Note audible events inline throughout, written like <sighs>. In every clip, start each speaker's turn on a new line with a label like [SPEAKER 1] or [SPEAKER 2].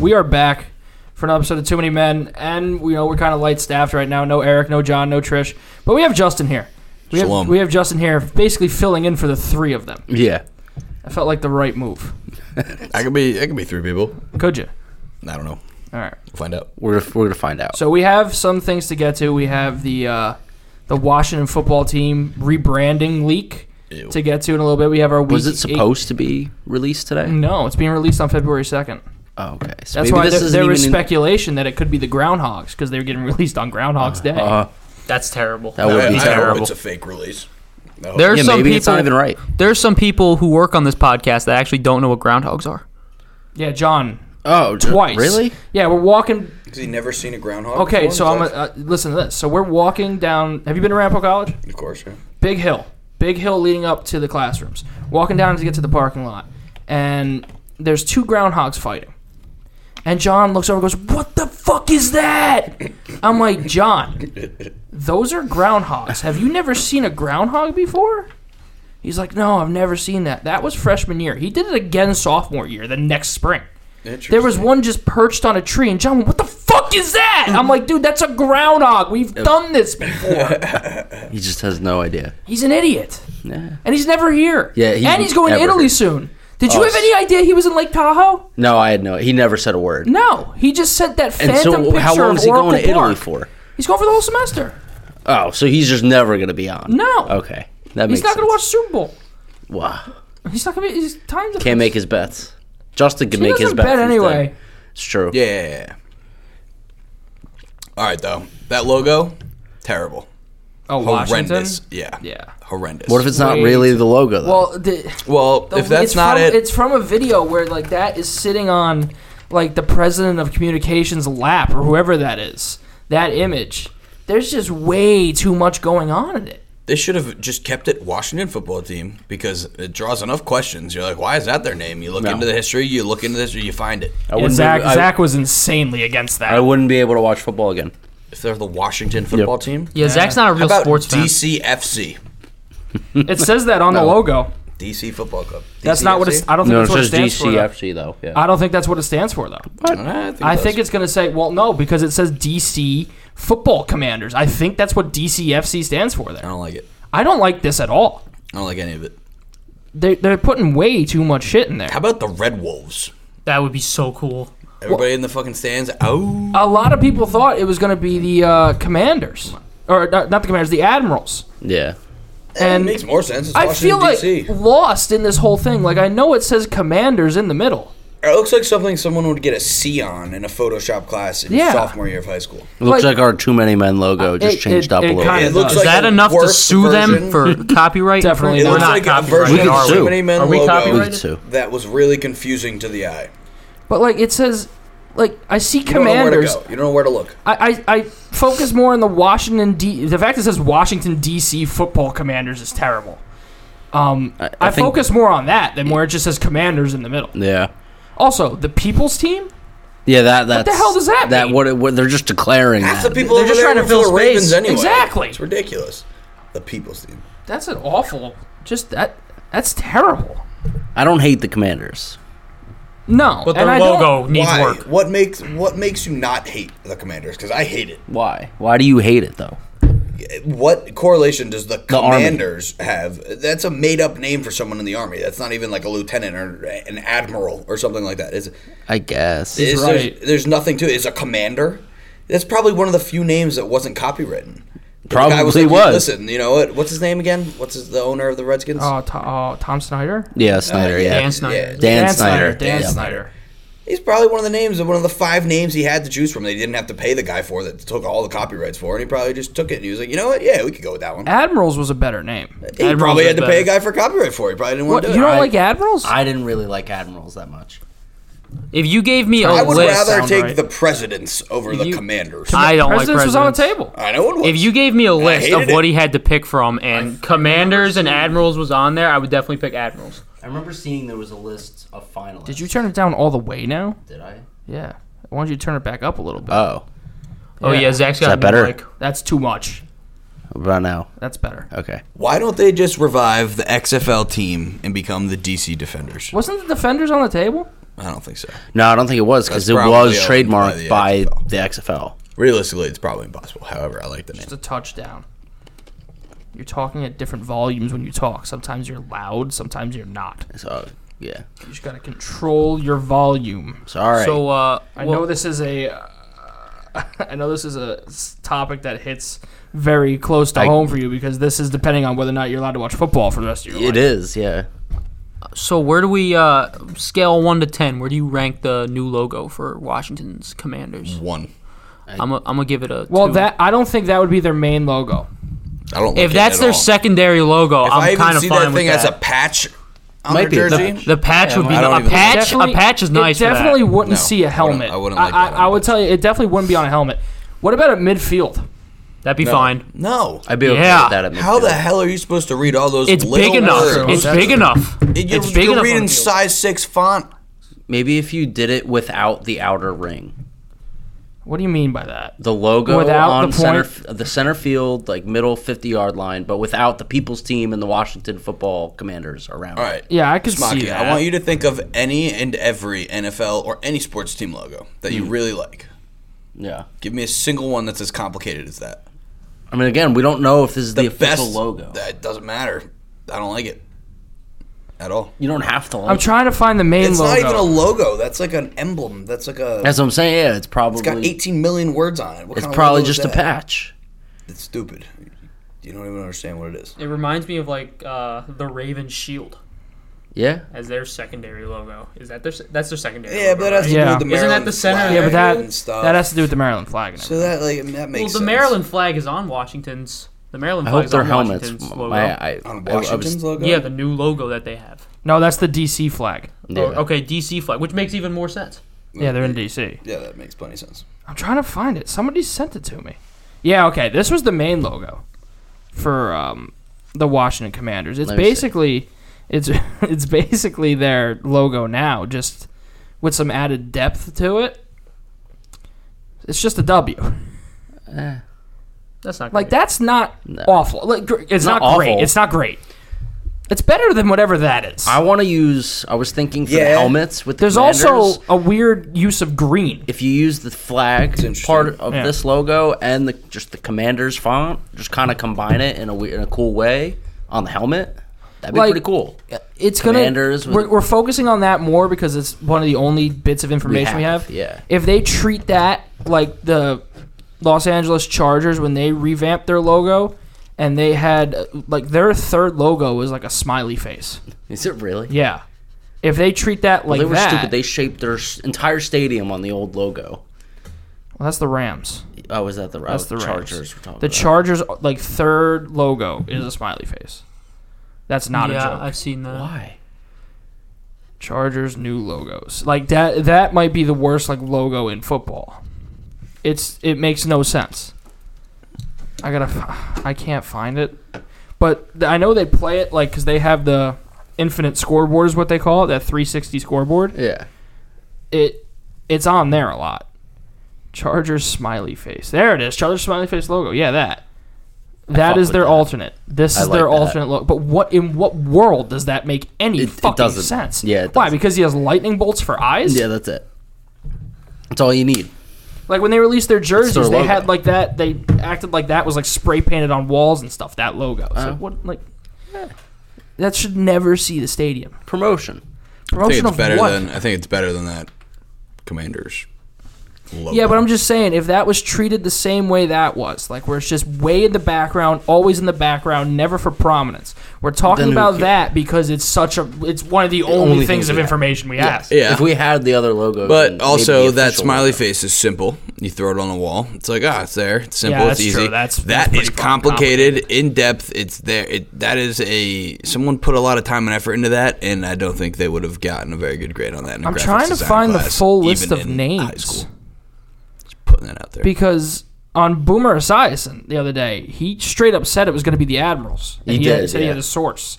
[SPEAKER 1] we are back for another episode of Too Many Men, and you know we're kind of light staffed right now. No Eric, no John, no Trish, but we have Justin here. We
[SPEAKER 2] Shalom.
[SPEAKER 1] have we have Justin here, basically filling in for the three of them.
[SPEAKER 2] Yeah.
[SPEAKER 1] I felt like the right move.
[SPEAKER 2] I could be. I could be three people.
[SPEAKER 1] Could you?
[SPEAKER 2] I don't know.
[SPEAKER 1] All right.
[SPEAKER 2] We'll find out.
[SPEAKER 3] We're we're gonna find out.
[SPEAKER 1] So we have some things to get to. We have the uh, the Washington football team rebranding leak
[SPEAKER 2] Ew.
[SPEAKER 1] to get to in a little bit. We have our week
[SPEAKER 3] was it
[SPEAKER 1] eight-
[SPEAKER 3] supposed to be released today?
[SPEAKER 1] No, it's being released on February second.
[SPEAKER 3] Oh, okay. So
[SPEAKER 1] That's
[SPEAKER 3] maybe
[SPEAKER 1] why
[SPEAKER 3] this
[SPEAKER 1] there,
[SPEAKER 3] isn't
[SPEAKER 1] there was
[SPEAKER 3] even in-
[SPEAKER 1] speculation that it could be the Groundhogs because they were getting <laughs> released on Groundhog's Day.
[SPEAKER 3] Uh,
[SPEAKER 4] That's terrible.
[SPEAKER 3] That Oh, would
[SPEAKER 2] I-
[SPEAKER 3] be
[SPEAKER 2] I hope
[SPEAKER 3] terrible.
[SPEAKER 2] It's a fake release. I hope-
[SPEAKER 4] There's
[SPEAKER 3] yeah,
[SPEAKER 4] some
[SPEAKER 3] maybe
[SPEAKER 4] people.
[SPEAKER 3] it's not even right.
[SPEAKER 4] There's some people who work on this podcast that actually don't know what groundhogs are.
[SPEAKER 1] Yeah, John,
[SPEAKER 3] <laughs> Oh, d-
[SPEAKER 1] twice.
[SPEAKER 3] Really?
[SPEAKER 1] Yeah, we're walking.
[SPEAKER 2] Has he never seen a groundhog? before
[SPEAKER 1] Okay,
[SPEAKER 2] in
[SPEAKER 1] so
[SPEAKER 2] his
[SPEAKER 1] I'm
[SPEAKER 2] life?
[SPEAKER 1] gonna, uh, listen to this. So we're walking down. Have you been to Rampo College?
[SPEAKER 2] Of course. Yeah.
[SPEAKER 1] Big hill, big hill leading up to the classrooms. Walking down to get to the parking lot, and there's two groundhogs fighting. And John looks over and goes, "What the fuck is that?" I'm like, "John, those are groundhogs. Have you never seen a groundhog before?" He's like, "No, I've never seen that. That was freshman year. He did it again sophomore year, the next spring."
[SPEAKER 2] Interesting.
[SPEAKER 1] There was one just perched on a tree, and John, went, what the fuck is that? I'm like, dude, that's a groundhog. We've done this before.
[SPEAKER 3] He just has no idea.
[SPEAKER 1] He's an idiot,
[SPEAKER 3] Yeah.
[SPEAKER 1] and he's never here.
[SPEAKER 3] Yeah, he's
[SPEAKER 1] and he's going to
[SPEAKER 3] never
[SPEAKER 1] Italy
[SPEAKER 3] here.
[SPEAKER 1] soon. Did you
[SPEAKER 3] Oh,
[SPEAKER 1] have any idea he was in Lake Tahoe?
[SPEAKER 3] No, I had no. He never said a word.
[SPEAKER 1] No, he just sent that
[SPEAKER 3] and
[SPEAKER 1] phantom
[SPEAKER 3] so,
[SPEAKER 1] picture
[SPEAKER 3] how long
[SPEAKER 1] of
[SPEAKER 3] is he
[SPEAKER 1] Oracle
[SPEAKER 3] going to Italy
[SPEAKER 1] Park.
[SPEAKER 3] for?
[SPEAKER 1] He's going for the whole semester.
[SPEAKER 3] Oh, so he's just never gonna be on.
[SPEAKER 1] No.
[SPEAKER 3] Okay. That
[SPEAKER 1] He's
[SPEAKER 3] makes
[SPEAKER 1] not going to watch
[SPEAKER 3] sense.
[SPEAKER 1] Super Bowl.
[SPEAKER 3] Wow.
[SPEAKER 1] He's not going to be. He's time to
[SPEAKER 3] Can't make his bets. Justin can
[SPEAKER 1] He
[SPEAKER 3] make his
[SPEAKER 1] doesn't
[SPEAKER 3] bets
[SPEAKER 1] bet
[SPEAKER 3] instead.
[SPEAKER 1] anyway.
[SPEAKER 3] It's true.
[SPEAKER 2] Yeah, yeah, yeah. All right, though. That logo, terrible.
[SPEAKER 1] Oh, Washington.
[SPEAKER 2] Horrendous. Yeah.
[SPEAKER 1] Yeah.
[SPEAKER 2] Horrendous.
[SPEAKER 3] What if it's not
[SPEAKER 1] Wait.
[SPEAKER 3] really the logo though?
[SPEAKER 1] Well, the,
[SPEAKER 2] Well,
[SPEAKER 1] The-
[SPEAKER 2] if that's
[SPEAKER 1] it's
[SPEAKER 2] not
[SPEAKER 1] from,
[SPEAKER 2] it,
[SPEAKER 1] it's from a video where like that is sitting on like the president of communications lap or whoever that is. That image. There's just way too much going on in it.
[SPEAKER 2] they should have just kept it Washington football team because it draws enough questions. You're like, why is that their name? You look
[SPEAKER 3] No.
[SPEAKER 2] into the history, you look into the history, you find it.
[SPEAKER 3] I wouldn't be, I,
[SPEAKER 1] was insanely against that.
[SPEAKER 3] I wouldn't be able to watch football again.
[SPEAKER 2] If they're the Washington football team,
[SPEAKER 4] Yeah, Zach's not a
[SPEAKER 2] how
[SPEAKER 4] real
[SPEAKER 2] about
[SPEAKER 4] sports fan.
[SPEAKER 2] DCFC,
[SPEAKER 1] it says that on the logo.
[SPEAKER 2] DC Football Club?
[SPEAKER 1] That's not what it's. I don't think
[SPEAKER 3] No,
[SPEAKER 1] that's
[SPEAKER 3] it's
[SPEAKER 1] what it stands
[SPEAKER 3] just
[SPEAKER 1] for. though.
[SPEAKER 3] DCFC though. Yeah.
[SPEAKER 1] I don't think that's what it stands for though.
[SPEAKER 2] I think,
[SPEAKER 1] I think it's going to say well no because it says DC Football Commanders. I think that's what DCFC stands for
[SPEAKER 2] I
[SPEAKER 1] there.
[SPEAKER 2] don't like it.
[SPEAKER 1] I don't like this at all.
[SPEAKER 2] I don't like any of it.
[SPEAKER 1] They they're putting way too much shit in there.
[SPEAKER 2] How about the Red Wolves?
[SPEAKER 4] That would be so cool.
[SPEAKER 2] Everybody in the fucking stands. Oh,
[SPEAKER 1] a lot of people thought it was going to be the uh, commanders or not, not the commanders the admirals
[SPEAKER 3] yeah.
[SPEAKER 2] it
[SPEAKER 1] and
[SPEAKER 2] makes more sense. It's
[SPEAKER 1] i feel
[SPEAKER 2] Washington
[SPEAKER 1] like
[SPEAKER 2] DC.
[SPEAKER 1] lost in this whole thing like i know it says commanders in the middle
[SPEAKER 2] It looks like something someone would get a C on in a Photoshop class in
[SPEAKER 1] Yeah.
[SPEAKER 2] sophomore year of high school.
[SPEAKER 3] It looks
[SPEAKER 1] Like-
[SPEAKER 3] like, our Too Many Men logo just
[SPEAKER 1] it-
[SPEAKER 3] changed
[SPEAKER 1] it-
[SPEAKER 3] up
[SPEAKER 1] it
[SPEAKER 3] a little
[SPEAKER 1] kinda
[SPEAKER 3] bit.
[SPEAKER 2] It looks
[SPEAKER 1] does.
[SPEAKER 4] Is
[SPEAKER 2] like
[SPEAKER 4] that
[SPEAKER 2] a
[SPEAKER 4] enough to
[SPEAKER 2] worse
[SPEAKER 4] sue them
[SPEAKER 2] version.
[SPEAKER 4] for copyright?
[SPEAKER 2] <laughs>
[SPEAKER 1] Definitely
[SPEAKER 2] It
[SPEAKER 1] We're
[SPEAKER 4] We're
[SPEAKER 2] looks
[SPEAKER 1] not
[SPEAKER 4] not
[SPEAKER 2] like a
[SPEAKER 4] copyrighted,
[SPEAKER 2] version
[SPEAKER 3] We could
[SPEAKER 2] of
[SPEAKER 4] are
[SPEAKER 2] Too
[SPEAKER 3] sue.
[SPEAKER 2] Many Men
[SPEAKER 4] Are we
[SPEAKER 2] logo
[SPEAKER 4] copyrighted?
[SPEAKER 3] These two.
[SPEAKER 2] that was really confusing to the eye.
[SPEAKER 1] but like it says like i see
[SPEAKER 2] You don't know where to
[SPEAKER 1] commanders
[SPEAKER 2] go. You don't know where to look.
[SPEAKER 1] I, I, I focus more on the washington d the fact it says washington dc football commanders is terrible um, I,
[SPEAKER 3] I think-
[SPEAKER 1] focus more on that than where it just says commanders in the middle.
[SPEAKER 3] Yeah.
[SPEAKER 1] Also, the people's team?
[SPEAKER 3] Yeah, that that's
[SPEAKER 1] the hell does that
[SPEAKER 3] that
[SPEAKER 1] mean?
[SPEAKER 3] what, it, what they're just declaring
[SPEAKER 2] Half
[SPEAKER 3] that.
[SPEAKER 2] the people
[SPEAKER 4] They're
[SPEAKER 2] over
[SPEAKER 4] just
[SPEAKER 2] there
[SPEAKER 4] trying to
[SPEAKER 2] were
[SPEAKER 4] fill
[SPEAKER 2] for the
[SPEAKER 4] space.
[SPEAKER 2] Ravens anyway.
[SPEAKER 1] Exactly.
[SPEAKER 2] It's ridiculous. The people's team.
[SPEAKER 1] That's an awful. Just that. That's terrible.
[SPEAKER 3] I don't hate the commanders.
[SPEAKER 1] No.
[SPEAKER 4] But
[SPEAKER 1] and
[SPEAKER 4] their
[SPEAKER 1] I don't-
[SPEAKER 4] logo needs
[SPEAKER 2] Why?
[SPEAKER 4] work.
[SPEAKER 2] What makes what makes you not hate the Commanders? Because I hate it.
[SPEAKER 3] Why? Why do you hate it though?
[SPEAKER 2] What correlation does the
[SPEAKER 3] Army.
[SPEAKER 2] Commanders have? That's a made up name for someone in the army. That's not even like a lieutenant or an admiral or something like that. It's,
[SPEAKER 3] I guess.
[SPEAKER 2] it's-
[SPEAKER 1] right.
[SPEAKER 2] there's, there's nothing to it. It's a commander. That's probably one of the few names that wasn't copywritten. The guy
[SPEAKER 3] Probably was.
[SPEAKER 2] Listen, you know what? What's his name again? What's his, the owner of the Redskins?
[SPEAKER 1] Oh, Tom, oh, Tom Snyder.
[SPEAKER 3] yeah, Snyder. yeah.
[SPEAKER 4] Dan Snyder.
[SPEAKER 2] Yeah.
[SPEAKER 3] Dan, Snyder.
[SPEAKER 1] Dan
[SPEAKER 3] yeah.
[SPEAKER 1] Snyder.
[SPEAKER 2] He's probably one of the names, one of the five names he had to choose from. They didn't have to pay the guy for that. Took all the copyrights for, and he probably just took it. And he was like, you know what? Yeah, we could go with that one.
[SPEAKER 1] Admirals was a better name.
[SPEAKER 2] He
[SPEAKER 4] Admirals
[SPEAKER 2] probably
[SPEAKER 4] is
[SPEAKER 2] had to pay a
[SPEAKER 4] better.
[SPEAKER 2] guy for copyright for. it. He probably didn't want
[SPEAKER 1] What,
[SPEAKER 2] to
[SPEAKER 1] you
[SPEAKER 2] do
[SPEAKER 1] don't
[SPEAKER 2] it.
[SPEAKER 1] like Admirals?
[SPEAKER 3] I didn't really like admirals that much.
[SPEAKER 4] If you gave me a
[SPEAKER 2] I would
[SPEAKER 4] list,
[SPEAKER 2] rather
[SPEAKER 1] sound
[SPEAKER 2] take
[SPEAKER 1] right.
[SPEAKER 2] the presidents over the
[SPEAKER 1] You-
[SPEAKER 2] commanders. I,
[SPEAKER 4] I don't like
[SPEAKER 1] Presidents
[SPEAKER 4] presidents.
[SPEAKER 1] was on the table.
[SPEAKER 2] know it was.
[SPEAKER 4] If you gave me a list of
[SPEAKER 2] hated
[SPEAKER 4] what
[SPEAKER 2] it.
[SPEAKER 4] he had to pick from, and commanders and admirals was on there, I would definitely pick admirals.
[SPEAKER 3] I remember seeing there was a list of finalists.
[SPEAKER 1] Did you turn it down all the way now?
[SPEAKER 3] Did I?
[SPEAKER 1] Yeah. Why don't you turn it back up a little bit?
[SPEAKER 3] Oh,
[SPEAKER 4] Oh yeah, Zach's got
[SPEAKER 3] that better?
[SPEAKER 4] Like,
[SPEAKER 1] That's too much.
[SPEAKER 3] about now.
[SPEAKER 1] That's better.
[SPEAKER 3] Okay.
[SPEAKER 2] why don't they just revive the XFL team and become the DC Defenders?
[SPEAKER 1] Wasn't the defenders on the table?
[SPEAKER 2] I don't think so.
[SPEAKER 3] No, I don't think it was because
[SPEAKER 2] That's
[SPEAKER 3] it
[SPEAKER 2] probably
[SPEAKER 3] was
[SPEAKER 2] owned
[SPEAKER 3] trademarked
[SPEAKER 2] by
[SPEAKER 3] by
[SPEAKER 2] the
[SPEAKER 3] the,
[SPEAKER 2] XFL.
[SPEAKER 3] XFL.
[SPEAKER 2] Realistically, it's probably impossible. However, I like the name.
[SPEAKER 1] Just a touchdown. You're talking at different volumes when you talk. Sometimes you're loud, sometimes you're not.
[SPEAKER 3] So yeah,
[SPEAKER 1] You just gotta control your volume.
[SPEAKER 3] sorry.
[SPEAKER 4] So uh,
[SPEAKER 1] I
[SPEAKER 4] well,
[SPEAKER 1] know this is a. Uh, <laughs> I know this is a s- topic that hits very close to
[SPEAKER 3] I-
[SPEAKER 1] home for you because this is depending on whether or not you're allowed to watch football for the rest of your
[SPEAKER 3] it
[SPEAKER 1] life.
[SPEAKER 3] is. Yeah,
[SPEAKER 4] So where do we uh, scale one to ten? Where do you rank the new logo for Washington's Commanders?
[SPEAKER 2] One.
[SPEAKER 4] I'm a, I'm gonna give it a.
[SPEAKER 1] Well,
[SPEAKER 4] two.
[SPEAKER 1] that I don't think that would be their main logo.
[SPEAKER 2] I don't. Like
[SPEAKER 4] if
[SPEAKER 2] it
[SPEAKER 4] that's
[SPEAKER 2] at
[SPEAKER 4] their
[SPEAKER 2] all.
[SPEAKER 4] secondary logo,
[SPEAKER 2] If I
[SPEAKER 4] I'm
[SPEAKER 2] even
[SPEAKER 4] kind of
[SPEAKER 2] see
[SPEAKER 4] fine
[SPEAKER 2] that thing
[SPEAKER 4] with
[SPEAKER 2] as a
[SPEAKER 4] that.
[SPEAKER 2] patch on
[SPEAKER 3] Might
[SPEAKER 2] their
[SPEAKER 3] be.
[SPEAKER 2] jersey.
[SPEAKER 4] the patch would be
[SPEAKER 2] I don't
[SPEAKER 4] a
[SPEAKER 2] even-
[SPEAKER 4] patch. A
[SPEAKER 1] Definitely-
[SPEAKER 4] patch is nice. for
[SPEAKER 1] It
[SPEAKER 4] that.
[SPEAKER 1] definitely wouldn't
[SPEAKER 2] No,
[SPEAKER 1] see a
[SPEAKER 2] I wouldn't-
[SPEAKER 1] helmet. I
[SPEAKER 2] I wouldn't like
[SPEAKER 1] I,
[SPEAKER 2] that
[SPEAKER 1] I would tell you, it definitely wouldn't be on a helmet. What about at midfield?
[SPEAKER 4] That'd be fine.
[SPEAKER 2] no.
[SPEAKER 3] I'd be okay
[SPEAKER 4] Yeah.
[SPEAKER 3] with that. At
[SPEAKER 2] How the
[SPEAKER 3] midfield.
[SPEAKER 2] hell are you supposed to read all those?
[SPEAKER 4] It's
[SPEAKER 2] little
[SPEAKER 4] big enough.
[SPEAKER 2] words?
[SPEAKER 1] true.
[SPEAKER 4] It's
[SPEAKER 1] That's
[SPEAKER 4] big
[SPEAKER 1] true.
[SPEAKER 4] enough.
[SPEAKER 2] You're,
[SPEAKER 4] It's big
[SPEAKER 2] you're
[SPEAKER 4] enough.
[SPEAKER 2] reading
[SPEAKER 4] on the field.
[SPEAKER 2] size six font.
[SPEAKER 3] Maybe if you did it without the outer ring,
[SPEAKER 1] What do you mean by that?
[SPEAKER 3] the logo
[SPEAKER 1] Without the
[SPEAKER 3] on
[SPEAKER 1] point-
[SPEAKER 3] center, f- the center field, like middle fifty yard line, but without the People's Team and the Washington Football Commanders around.
[SPEAKER 2] All right.
[SPEAKER 1] Yeah, I could see
[SPEAKER 2] Smaki,
[SPEAKER 1] that.
[SPEAKER 2] I want you to think of any and every NFL or any sports team logo that
[SPEAKER 1] Hmm.
[SPEAKER 2] you really like.
[SPEAKER 3] Yeah.
[SPEAKER 2] Give me a single one that's as complicated as that.
[SPEAKER 3] I mean, again, we don't know if this is the,
[SPEAKER 2] The
[SPEAKER 3] official
[SPEAKER 2] best
[SPEAKER 3] logo.
[SPEAKER 2] That doesn't matter. I don't like it at all.
[SPEAKER 3] you don't have to. Like
[SPEAKER 1] I'm trying to find the main
[SPEAKER 2] It's
[SPEAKER 1] logo.
[SPEAKER 2] not even a logo. That's like an emblem. That's like a.
[SPEAKER 3] it. That's what I'm saying. Yeah, it's probably
[SPEAKER 2] it's got 18 million words on it. What
[SPEAKER 3] It's
[SPEAKER 2] kind of
[SPEAKER 3] probably
[SPEAKER 2] logo is
[SPEAKER 3] just a
[SPEAKER 2] that?
[SPEAKER 3] patch.
[SPEAKER 2] It's stupid. You don't even understand what it is.
[SPEAKER 4] It reminds me of like uh, the Raven Shield
[SPEAKER 3] Yeah.
[SPEAKER 4] as their secondary logo. Is that their? se- That's their secondary.
[SPEAKER 2] Yeah,
[SPEAKER 4] logo,
[SPEAKER 2] but that
[SPEAKER 4] right?
[SPEAKER 2] has to
[SPEAKER 1] Yeah.
[SPEAKER 2] do with the
[SPEAKER 4] Isn't that
[SPEAKER 2] Maryland
[SPEAKER 4] the center
[SPEAKER 2] flag
[SPEAKER 1] yeah, but that
[SPEAKER 2] and stuff.
[SPEAKER 1] that has to do with the Maryland flag. And
[SPEAKER 2] so
[SPEAKER 1] everything.
[SPEAKER 2] that like that makes
[SPEAKER 4] Well, the
[SPEAKER 2] sense.
[SPEAKER 4] Maryland flag is on Washington's. The Maryland
[SPEAKER 3] I
[SPEAKER 4] flag
[SPEAKER 3] hope
[SPEAKER 4] is
[SPEAKER 3] their
[SPEAKER 4] on
[SPEAKER 3] helmets.
[SPEAKER 4] Washington's logo.
[SPEAKER 3] My, I, I-
[SPEAKER 2] on
[SPEAKER 3] I was-
[SPEAKER 2] Washington's logo.
[SPEAKER 4] yeah, the new logo that they have.
[SPEAKER 1] no, that's the DC flag.
[SPEAKER 3] Yeah.
[SPEAKER 4] Or- okay, DC flag, which makes even more sense.
[SPEAKER 1] Yeah, they're in DC.
[SPEAKER 2] yeah, that makes plenty of sense.
[SPEAKER 1] I'm trying to find it. Somebody sent it to me. Yeah, okay. This was the main logo for um, the Washington Commanders. It's
[SPEAKER 3] Let me see.
[SPEAKER 1] basically it's <laughs> it's basically their logo now, just with some added depth to it. It's just a W.
[SPEAKER 4] That's not
[SPEAKER 1] Like
[SPEAKER 4] great.
[SPEAKER 1] that's not awful. Like gr- it's
[SPEAKER 3] Not
[SPEAKER 1] not, great.
[SPEAKER 3] awful.
[SPEAKER 1] It's not great. It's better than whatever that is.
[SPEAKER 3] I want to use. I was thinking for the
[SPEAKER 2] Yeah.
[SPEAKER 3] helmets with the
[SPEAKER 1] There's
[SPEAKER 3] Commanders,
[SPEAKER 1] also a weird use of green.
[SPEAKER 3] if you use the flag
[SPEAKER 2] interesting.
[SPEAKER 3] part of
[SPEAKER 1] Yeah.
[SPEAKER 3] this logo and the just the Commanders font, just kind of combine it in a we- in a cool way on the helmet. That'd be
[SPEAKER 1] Like-
[SPEAKER 3] pretty cool.
[SPEAKER 1] it's gonna
[SPEAKER 3] Commanders with-
[SPEAKER 1] we're, we're focusing on that more because it's one of the only bits of information we have,
[SPEAKER 3] have, yeah.
[SPEAKER 1] if they treat that like the los angeles chargers when they revamped their logo and they had uh, like their third logo was like a smiley face
[SPEAKER 3] Is it really?
[SPEAKER 1] yeah if they treat that like
[SPEAKER 3] They were
[SPEAKER 1] that
[SPEAKER 3] stupid. They shaped their s- entire stadium on the old logo.
[SPEAKER 1] well, that's the rams
[SPEAKER 3] Oh, was that the,
[SPEAKER 1] that's
[SPEAKER 3] oh,
[SPEAKER 1] the
[SPEAKER 3] Chargers?
[SPEAKER 1] Rams.
[SPEAKER 3] We're talking
[SPEAKER 1] the
[SPEAKER 3] about.
[SPEAKER 1] chargers like third logo is a smiley face that's not a
[SPEAKER 4] yeah,
[SPEAKER 1] joke
[SPEAKER 4] I've seen that.
[SPEAKER 3] Why?
[SPEAKER 1] Chargers new logos. Like that that might be the worst like logo in football. It's it makes no sense. I got to I can't find it. But th- I know they play it like cuz they have the infinite scoreboard is what they call it, that 360 scoreboard.
[SPEAKER 3] Yeah.
[SPEAKER 1] It it's on there a lot. Chargers smiley face. There it is. Chargers smiley face logo. Yeah, that. That
[SPEAKER 3] fuck
[SPEAKER 1] is
[SPEAKER 3] with
[SPEAKER 1] their
[SPEAKER 3] that.
[SPEAKER 1] alternate. This
[SPEAKER 3] I
[SPEAKER 1] is
[SPEAKER 3] like
[SPEAKER 1] their
[SPEAKER 3] that.
[SPEAKER 1] alternate logo. But what in what world does that make any
[SPEAKER 3] It- it
[SPEAKER 1] fucking
[SPEAKER 3] doesn't.
[SPEAKER 1] sense?
[SPEAKER 3] Yeah, it
[SPEAKER 1] Why?
[SPEAKER 3] doesn't.
[SPEAKER 1] Because he has lightning bolts for eyes.
[SPEAKER 3] Yeah, that's it. That's all you need.
[SPEAKER 1] Like when they released their jerseys,
[SPEAKER 3] their
[SPEAKER 1] they
[SPEAKER 3] logo.
[SPEAKER 1] had like that. They acted like that was like spray painted on walls and stuff. That logo. It's
[SPEAKER 3] Uh-huh.
[SPEAKER 1] like, what? Like eh. that should never see the stadium.
[SPEAKER 3] Promotion.
[SPEAKER 2] I think
[SPEAKER 1] Promotion
[SPEAKER 2] it's
[SPEAKER 1] of
[SPEAKER 2] better
[SPEAKER 1] what?
[SPEAKER 2] than I think it's better than that. Commanders. Logo.
[SPEAKER 1] yeah, but I'm just saying if that was treated the same way that was, like where it's just way in the background, always in the background, never for prominence. We're talking
[SPEAKER 3] Then who
[SPEAKER 1] about
[SPEAKER 3] cares?
[SPEAKER 1] that because it's such a. It's one of the, only,
[SPEAKER 3] only
[SPEAKER 1] things
[SPEAKER 3] things
[SPEAKER 1] of
[SPEAKER 3] we have.
[SPEAKER 1] information we have.
[SPEAKER 2] Yeah.
[SPEAKER 3] If we had the other logo,
[SPEAKER 2] But also, that smiley face is simple. You throw it on the wall. It's like ah, it's there. It's simple.
[SPEAKER 1] Yeah,
[SPEAKER 2] it's
[SPEAKER 1] that's
[SPEAKER 2] easy.
[SPEAKER 1] true. That's-
[SPEAKER 2] That
[SPEAKER 1] that's pretty
[SPEAKER 2] is
[SPEAKER 1] fucking
[SPEAKER 2] complicated, in depth. It's there. It, that is a someone put a lot of time and effort into that, and I don't think they would have gotten a very good grade on that. In a
[SPEAKER 1] I'm
[SPEAKER 2] graphics
[SPEAKER 1] trying to
[SPEAKER 2] design
[SPEAKER 1] find the
[SPEAKER 2] class,
[SPEAKER 1] full list
[SPEAKER 2] even
[SPEAKER 1] of
[SPEAKER 2] in High
[SPEAKER 1] names.
[SPEAKER 2] school. Just putting that out there.
[SPEAKER 1] because on Boomer Esiason the other day, he straight up said it was going to be the Admirals. And
[SPEAKER 3] He
[SPEAKER 1] had-
[SPEAKER 3] did,
[SPEAKER 1] said he had
[SPEAKER 3] yeah.
[SPEAKER 1] a source,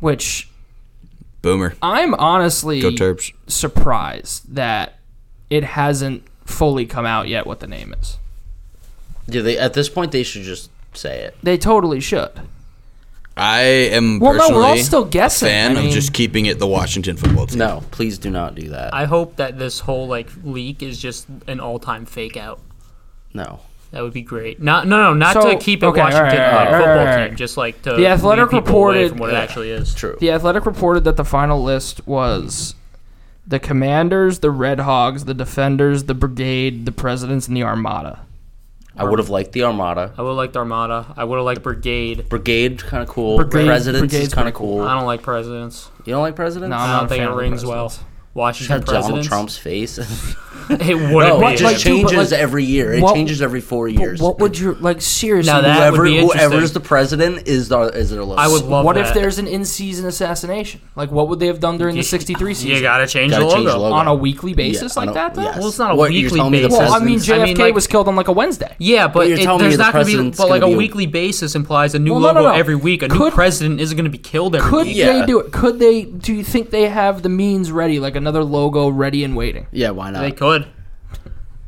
[SPEAKER 1] which
[SPEAKER 2] Boomer.
[SPEAKER 1] I'm honestly
[SPEAKER 2] Go Terps.
[SPEAKER 1] surprised that it hasn't fully come out yet what the name is.
[SPEAKER 3] Yeah, they, at this point, they should just say it.
[SPEAKER 1] They totally should.
[SPEAKER 2] I am
[SPEAKER 1] Well, no,
[SPEAKER 2] personally
[SPEAKER 1] we're all still guessing.
[SPEAKER 2] a <laughs> fan
[SPEAKER 1] I
[SPEAKER 2] of
[SPEAKER 1] mean-
[SPEAKER 2] just keeping it the Washington football team.
[SPEAKER 3] No, please do not do that.
[SPEAKER 4] I hope that this whole like leak is just an all-time fake out.
[SPEAKER 3] no.
[SPEAKER 4] That would be great. Not no no not
[SPEAKER 1] So-
[SPEAKER 4] to keep it
[SPEAKER 1] okay,
[SPEAKER 4] Washington
[SPEAKER 1] alright,
[SPEAKER 4] uh,
[SPEAKER 1] alright,
[SPEAKER 4] football
[SPEAKER 1] alright.
[SPEAKER 4] team, just like to
[SPEAKER 1] The Athletic
[SPEAKER 4] lead people away
[SPEAKER 1] reported-
[SPEAKER 4] from what it
[SPEAKER 1] Yeah.
[SPEAKER 4] actually is.
[SPEAKER 3] True.
[SPEAKER 1] The Athletic reported that the final list was the Commanders, the Red Hogs, the Defenders, the Brigade, the Presidents, and the Armada.
[SPEAKER 3] I would have liked the Armada.
[SPEAKER 4] I would have liked Armada. I would have liked Brigade.
[SPEAKER 3] Brigade, kind of cool.
[SPEAKER 1] Brigade-
[SPEAKER 3] Presidents
[SPEAKER 1] Brigade's
[SPEAKER 3] is kind
[SPEAKER 1] pretty
[SPEAKER 3] of cool.
[SPEAKER 4] I don't like presidents.
[SPEAKER 3] You don't like presidents?
[SPEAKER 1] No, I'm
[SPEAKER 4] I
[SPEAKER 1] not
[SPEAKER 4] don't
[SPEAKER 1] a
[SPEAKER 4] think
[SPEAKER 1] Um, fan
[SPEAKER 4] it
[SPEAKER 1] of the
[SPEAKER 4] rings well.
[SPEAKER 1] presidents.
[SPEAKER 4] Washington
[SPEAKER 3] Just have Donald
[SPEAKER 4] presidents. <laughs>
[SPEAKER 3] Trump's face. <laughs>
[SPEAKER 4] It would
[SPEAKER 3] no,
[SPEAKER 4] be.
[SPEAKER 3] it
[SPEAKER 1] like,
[SPEAKER 3] just
[SPEAKER 1] dude, but,
[SPEAKER 3] changes
[SPEAKER 1] like,
[SPEAKER 3] every year. It
[SPEAKER 1] what-
[SPEAKER 3] changes every four years.
[SPEAKER 1] But what would you like seriously?
[SPEAKER 4] Now that- would
[SPEAKER 3] whoever
[SPEAKER 4] be
[SPEAKER 3] whoever's
[SPEAKER 4] interesting.
[SPEAKER 3] the president is the is their list.
[SPEAKER 4] I would love
[SPEAKER 1] what if
[SPEAKER 4] that.
[SPEAKER 1] there's an in-season assassination? Like, what would they have done during
[SPEAKER 4] <laughs>
[SPEAKER 1] the
[SPEAKER 4] You-
[SPEAKER 1] '63 season?
[SPEAKER 4] You gotta change
[SPEAKER 3] Gotta
[SPEAKER 4] the
[SPEAKER 3] change
[SPEAKER 4] logo.
[SPEAKER 3] the logo.
[SPEAKER 1] on a weekly
[SPEAKER 3] Yeah,
[SPEAKER 1] basis
[SPEAKER 3] I
[SPEAKER 1] like
[SPEAKER 3] don't-
[SPEAKER 1] that. Though?
[SPEAKER 3] yes.
[SPEAKER 4] Well, it's not a
[SPEAKER 3] What, you're
[SPEAKER 4] weekly
[SPEAKER 3] telling me the
[SPEAKER 4] basis.
[SPEAKER 1] Well, I mean,
[SPEAKER 3] president's-
[SPEAKER 4] I
[SPEAKER 1] JFK
[SPEAKER 4] mean, like-
[SPEAKER 1] was killed on like a Wednesday.
[SPEAKER 4] Yeah, but,
[SPEAKER 3] you're
[SPEAKER 4] it,
[SPEAKER 3] telling me
[SPEAKER 4] there's
[SPEAKER 3] the
[SPEAKER 4] not going to be
[SPEAKER 3] president's
[SPEAKER 4] but like a
[SPEAKER 3] gonna be-
[SPEAKER 4] weekly basis implies a new
[SPEAKER 1] Well, no, no,
[SPEAKER 4] logo
[SPEAKER 1] no.
[SPEAKER 4] every week. A new
[SPEAKER 1] Could-
[SPEAKER 4] president isn't going to be killed every
[SPEAKER 1] Could
[SPEAKER 4] week.
[SPEAKER 3] Yeah.
[SPEAKER 1] they do it? Could they? Do you think they have the means ready, like another logo ready and waiting?
[SPEAKER 3] <laughs> Yeah, why
[SPEAKER 4] They
[SPEAKER 3] not?
[SPEAKER 4] could.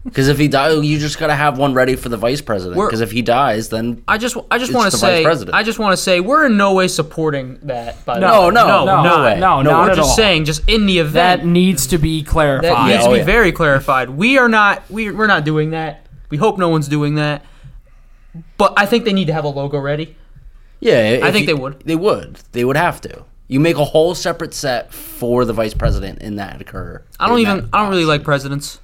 [SPEAKER 3] Because if he dies, you just gotta have one ready for the vice president.
[SPEAKER 4] We're-
[SPEAKER 3] Because if he dies, then
[SPEAKER 4] I just, I just
[SPEAKER 3] It's
[SPEAKER 4] want
[SPEAKER 3] the
[SPEAKER 4] to
[SPEAKER 3] vice
[SPEAKER 4] say,
[SPEAKER 3] president.
[SPEAKER 4] I just want to say, we're in no way supporting that. By the
[SPEAKER 3] No,
[SPEAKER 4] way.
[SPEAKER 3] no,
[SPEAKER 1] No,
[SPEAKER 4] no,
[SPEAKER 1] no way. No, not
[SPEAKER 4] we're
[SPEAKER 1] at
[SPEAKER 4] just
[SPEAKER 1] all.
[SPEAKER 4] saying, just in the
[SPEAKER 1] That
[SPEAKER 4] event
[SPEAKER 1] needs to be clarified.
[SPEAKER 4] that needs
[SPEAKER 3] oh,
[SPEAKER 4] to be
[SPEAKER 3] yeah.
[SPEAKER 4] very clarified. We are not, we, we're not doing that. We hope no one's doing that. But I think they need to have a logo ready.
[SPEAKER 3] yeah, if
[SPEAKER 4] I think
[SPEAKER 3] he-
[SPEAKER 4] they would.
[SPEAKER 3] They would. They would have to. You make a whole separate set for the vice president in that occur.
[SPEAKER 4] I don't
[SPEAKER 3] in
[SPEAKER 4] even,
[SPEAKER 3] that
[SPEAKER 4] I don't really
[SPEAKER 3] box.
[SPEAKER 4] like presidents.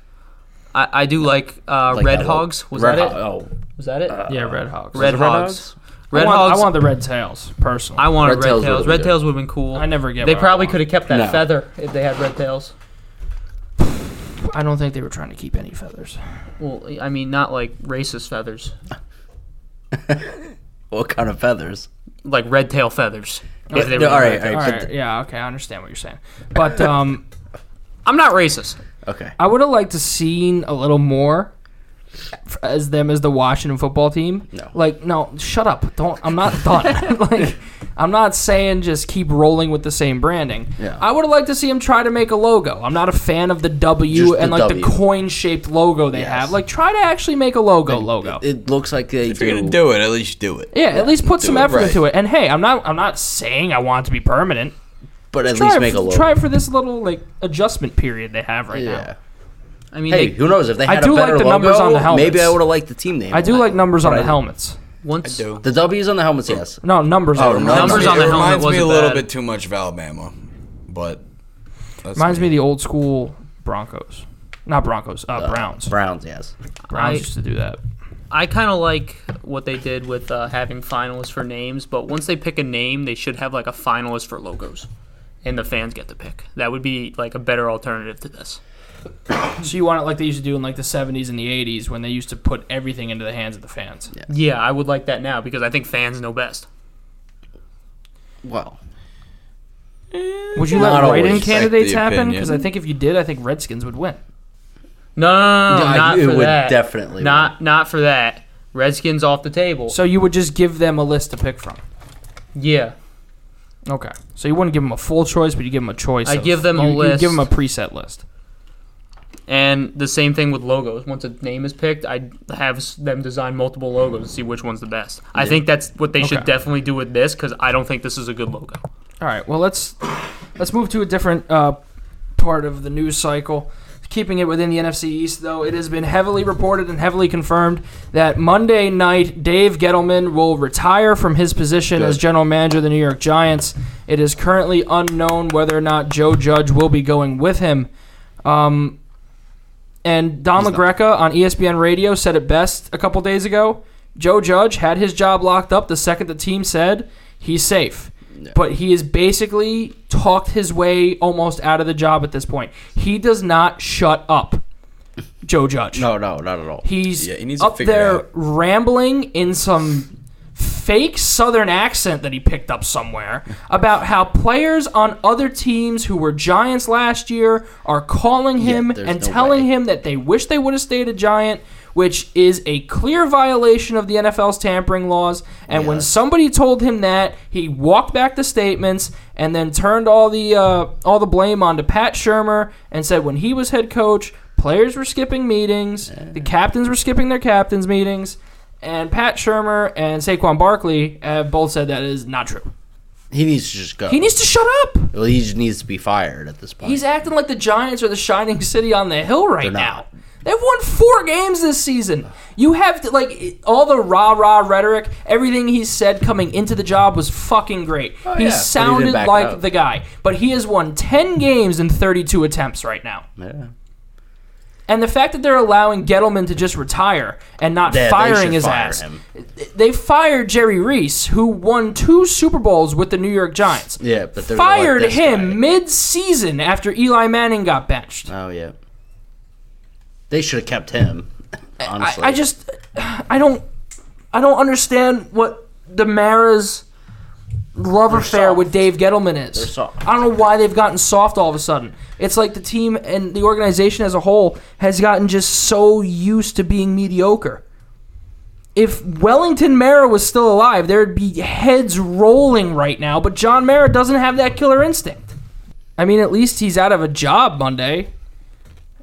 [SPEAKER 4] I, I do like, uh,
[SPEAKER 3] Like
[SPEAKER 4] Red
[SPEAKER 3] that little-
[SPEAKER 4] Hogs. Was
[SPEAKER 3] Red
[SPEAKER 4] that
[SPEAKER 3] Hog-
[SPEAKER 4] it?
[SPEAKER 3] Oh,
[SPEAKER 4] Was that it?
[SPEAKER 1] yeah, Red Hogs.
[SPEAKER 4] Red
[SPEAKER 3] it Red
[SPEAKER 4] Hogs.
[SPEAKER 3] Hogs?
[SPEAKER 4] Red
[SPEAKER 1] I want,
[SPEAKER 4] Hogs.
[SPEAKER 1] I want the Red Tails personally.
[SPEAKER 4] I wanted
[SPEAKER 3] Red
[SPEAKER 4] red, tails.
[SPEAKER 3] Tails would've been
[SPEAKER 4] Red
[SPEAKER 3] good.
[SPEAKER 4] tails would have been cool.
[SPEAKER 1] I never get
[SPEAKER 4] They
[SPEAKER 1] what I
[SPEAKER 4] probably
[SPEAKER 1] want.
[SPEAKER 4] could have kept that
[SPEAKER 3] No.
[SPEAKER 4] feather if they had red tails.
[SPEAKER 1] I don't think they were trying to keep any feathers.
[SPEAKER 4] Well, I mean, not like racist feathers,
[SPEAKER 3] what kind of feathers?
[SPEAKER 4] like red tail feathers. If they
[SPEAKER 3] Yeah,
[SPEAKER 4] were
[SPEAKER 3] all right,
[SPEAKER 4] red tails.
[SPEAKER 3] all
[SPEAKER 1] All
[SPEAKER 3] right.
[SPEAKER 1] right, yeah, okay, I understand what you're saying, <laughs> but um,
[SPEAKER 4] I'm not racist.
[SPEAKER 3] Okay.
[SPEAKER 1] I would have liked to seen a little more f- as them as the Washington football team.
[SPEAKER 3] No.
[SPEAKER 1] Like, no, shut up. Don't I'm not done. <laughs> like I'm not saying just keep rolling with the same branding.
[SPEAKER 3] Yeah.
[SPEAKER 1] I would have liked to see him try to make a logo. I'm not a fan of the W
[SPEAKER 3] Just
[SPEAKER 1] and
[SPEAKER 3] the
[SPEAKER 1] like
[SPEAKER 3] W.
[SPEAKER 1] the coin shaped logo they have. Like try to actually make a logo logo.
[SPEAKER 3] It looks like they
[SPEAKER 2] If you're
[SPEAKER 3] do.
[SPEAKER 2] gonna do it, at least do it.
[SPEAKER 1] yeah, at least put some
[SPEAKER 2] it
[SPEAKER 1] effort
[SPEAKER 2] right.
[SPEAKER 1] into it. And hey, I'm not I'm not saying I want it to be permanent.
[SPEAKER 3] but at
[SPEAKER 1] Try,
[SPEAKER 3] least
[SPEAKER 1] it-
[SPEAKER 3] make a logo.
[SPEAKER 1] try for this little like adjustment period they have right now.
[SPEAKER 3] yeah.
[SPEAKER 4] I mean,
[SPEAKER 3] Hey,
[SPEAKER 4] they,
[SPEAKER 3] who knows if they
[SPEAKER 1] I
[SPEAKER 3] had
[SPEAKER 1] do
[SPEAKER 3] a
[SPEAKER 1] like
[SPEAKER 3] better
[SPEAKER 1] the
[SPEAKER 3] logo,
[SPEAKER 1] numbers on the helmets.
[SPEAKER 3] Maybe I would have liked the team name.
[SPEAKER 1] I do
[SPEAKER 3] on
[SPEAKER 1] like
[SPEAKER 3] that.
[SPEAKER 1] numbers
[SPEAKER 3] But
[SPEAKER 1] on the
[SPEAKER 3] I-
[SPEAKER 1] helmets.
[SPEAKER 4] once
[SPEAKER 3] The W's on the helmets, yes.
[SPEAKER 1] No, numbers on the
[SPEAKER 3] numbers.
[SPEAKER 1] helmets.
[SPEAKER 4] Numbers on
[SPEAKER 2] it
[SPEAKER 4] the helmet
[SPEAKER 2] reminds me a
[SPEAKER 4] wasn't
[SPEAKER 2] little
[SPEAKER 4] bad.
[SPEAKER 2] bit too much of Alabama, but that's
[SPEAKER 1] Reminds me of the old school Broncos. Not Broncos, uh, Browns.
[SPEAKER 3] Browns, yes.
[SPEAKER 1] Browns
[SPEAKER 4] I-
[SPEAKER 1] used to do that.
[SPEAKER 4] I kind of like what they did with uh, having finalists for names, but once they pick a name, they should have like a finalist for logos, and the fans get to pick. That would be like a better alternative to this.
[SPEAKER 1] So you want it like they used to do in like the 70s and the 80s when they used to put everything into the hands of the fans.
[SPEAKER 4] Yeah, I would like that now because I think fans know best.
[SPEAKER 3] Well,
[SPEAKER 1] Would you
[SPEAKER 3] Not
[SPEAKER 1] let write-in
[SPEAKER 3] always.
[SPEAKER 1] candidates
[SPEAKER 2] Respect the
[SPEAKER 1] happen?
[SPEAKER 2] opinion.
[SPEAKER 1] Because I think if you did, I think Redskins would win.
[SPEAKER 4] No, no, no, no,
[SPEAKER 3] Yeah,
[SPEAKER 4] not
[SPEAKER 3] it
[SPEAKER 4] for
[SPEAKER 3] would
[SPEAKER 4] that.
[SPEAKER 3] definitely
[SPEAKER 4] not not for that. Redskins off the table.
[SPEAKER 1] So you would just give them a list to pick from.
[SPEAKER 4] yeah,
[SPEAKER 1] Okay. So you wouldn't give them a full choice, but you give them a choice.
[SPEAKER 4] I
[SPEAKER 1] of-
[SPEAKER 4] give them a
[SPEAKER 1] you- You
[SPEAKER 4] list.
[SPEAKER 1] give them a preset list.
[SPEAKER 4] and the same thing with logos. Once a name is picked, I have s- them design multiple logos to see which one's the best. I think that's what they should
[SPEAKER 1] Okay.
[SPEAKER 4] definitely do with this because I don't think this is a good logo.
[SPEAKER 1] All right. Well, let's let's move to a different uh, part of the news cycle. Keeping it within the NFC East, though, it has been heavily reported and heavily confirmed that Monday night Dave Gettleman will retire from his position as general manager of the New York Giants. It is currently unknown whether or not Joe Judge will be going with him. Um, and Don LaGreca on E ESPN Radio said it best a couple days ago. Joe Judge had his job locked up the second the team said he's safe. But he has basically talked his way almost out of the job at this point. He does not shut up, Joe Judge.
[SPEAKER 3] No, no, not at all.
[SPEAKER 1] He's
[SPEAKER 2] Yeah, he needs to
[SPEAKER 1] up
[SPEAKER 2] figure it
[SPEAKER 1] there
[SPEAKER 2] out.
[SPEAKER 1] rambling in some fake southern accent that he picked
[SPEAKER 2] <laughs>
[SPEAKER 1] up somewhere about how players on other teams who were Giants last year are calling him
[SPEAKER 3] there's
[SPEAKER 1] and
[SPEAKER 3] no
[SPEAKER 1] telling
[SPEAKER 3] way.
[SPEAKER 1] him that they wish they would have stayed a Giant, which is a clear violation of the NFL's tampering laws. And when somebody told him that, he walked back the statements and then turned all the uh, all the blame onto Pat Shermer and said when he was head coach, players were skipping meetings, the captains were skipping their captains meetings, and Pat Shermer and Saquon Barkley have both said that is not true.
[SPEAKER 3] He needs to just go.
[SPEAKER 1] He needs to shut up.
[SPEAKER 3] Well, he just needs to be fired at this point.
[SPEAKER 1] He's acting like the Giants are the shining city on the hill right
[SPEAKER 3] They're
[SPEAKER 1] now.
[SPEAKER 3] not.
[SPEAKER 1] They've won four games this season. You have to, like it- all the rah rah rhetoric. Everything he said coming into the job was fucking great. he
[SPEAKER 3] Oh, yeah, but he didn't
[SPEAKER 1] sounded
[SPEAKER 3] back it
[SPEAKER 1] like
[SPEAKER 3] up.
[SPEAKER 1] the guy, but he has won ten games in thirty-two attempts right now.
[SPEAKER 3] yeah.
[SPEAKER 1] And the fact that they're allowing Gettleman to just retire and not
[SPEAKER 3] Yeah, they
[SPEAKER 1] firing
[SPEAKER 3] should
[SPEAKER 1] his
[SPEAKER 3] fire
[SPEAKER 1] ass,
[SPEAKER 3] him.
[SPEAKER 1] they fired Jerry Reese, who won two Super Bowls with the New York Giants.
[SPEAKER 3] Yeah, but they're gonna let
[SPEAKER 1] fired
[SPEAKER 3] this
[SPEAKER 1] him
[SPEAKER 3] guy-
[SPEAKER 1] mid-season after Eli Manning got benched.
[SPEAKER 3] Oh yeah. They should have kept him.
[SPEAKER 1] I,
[SPEAKER 3] Honestly,
[SPEAKER 1] I just I don't I don't understand what Damara's love affair with Dave Gettleman is.
[SPEAKER 3] soft.
[SPEAKER 1] I don't know why they've gotten soft all of a sudden. It's like the team and the organization as a whole has gotten just so used to being mediocre. If Wellington Mara was still alive, there'd be heads rolling right now, but John Mara doesn't have that killer instinct. I mean, at least he's out of a job Monday.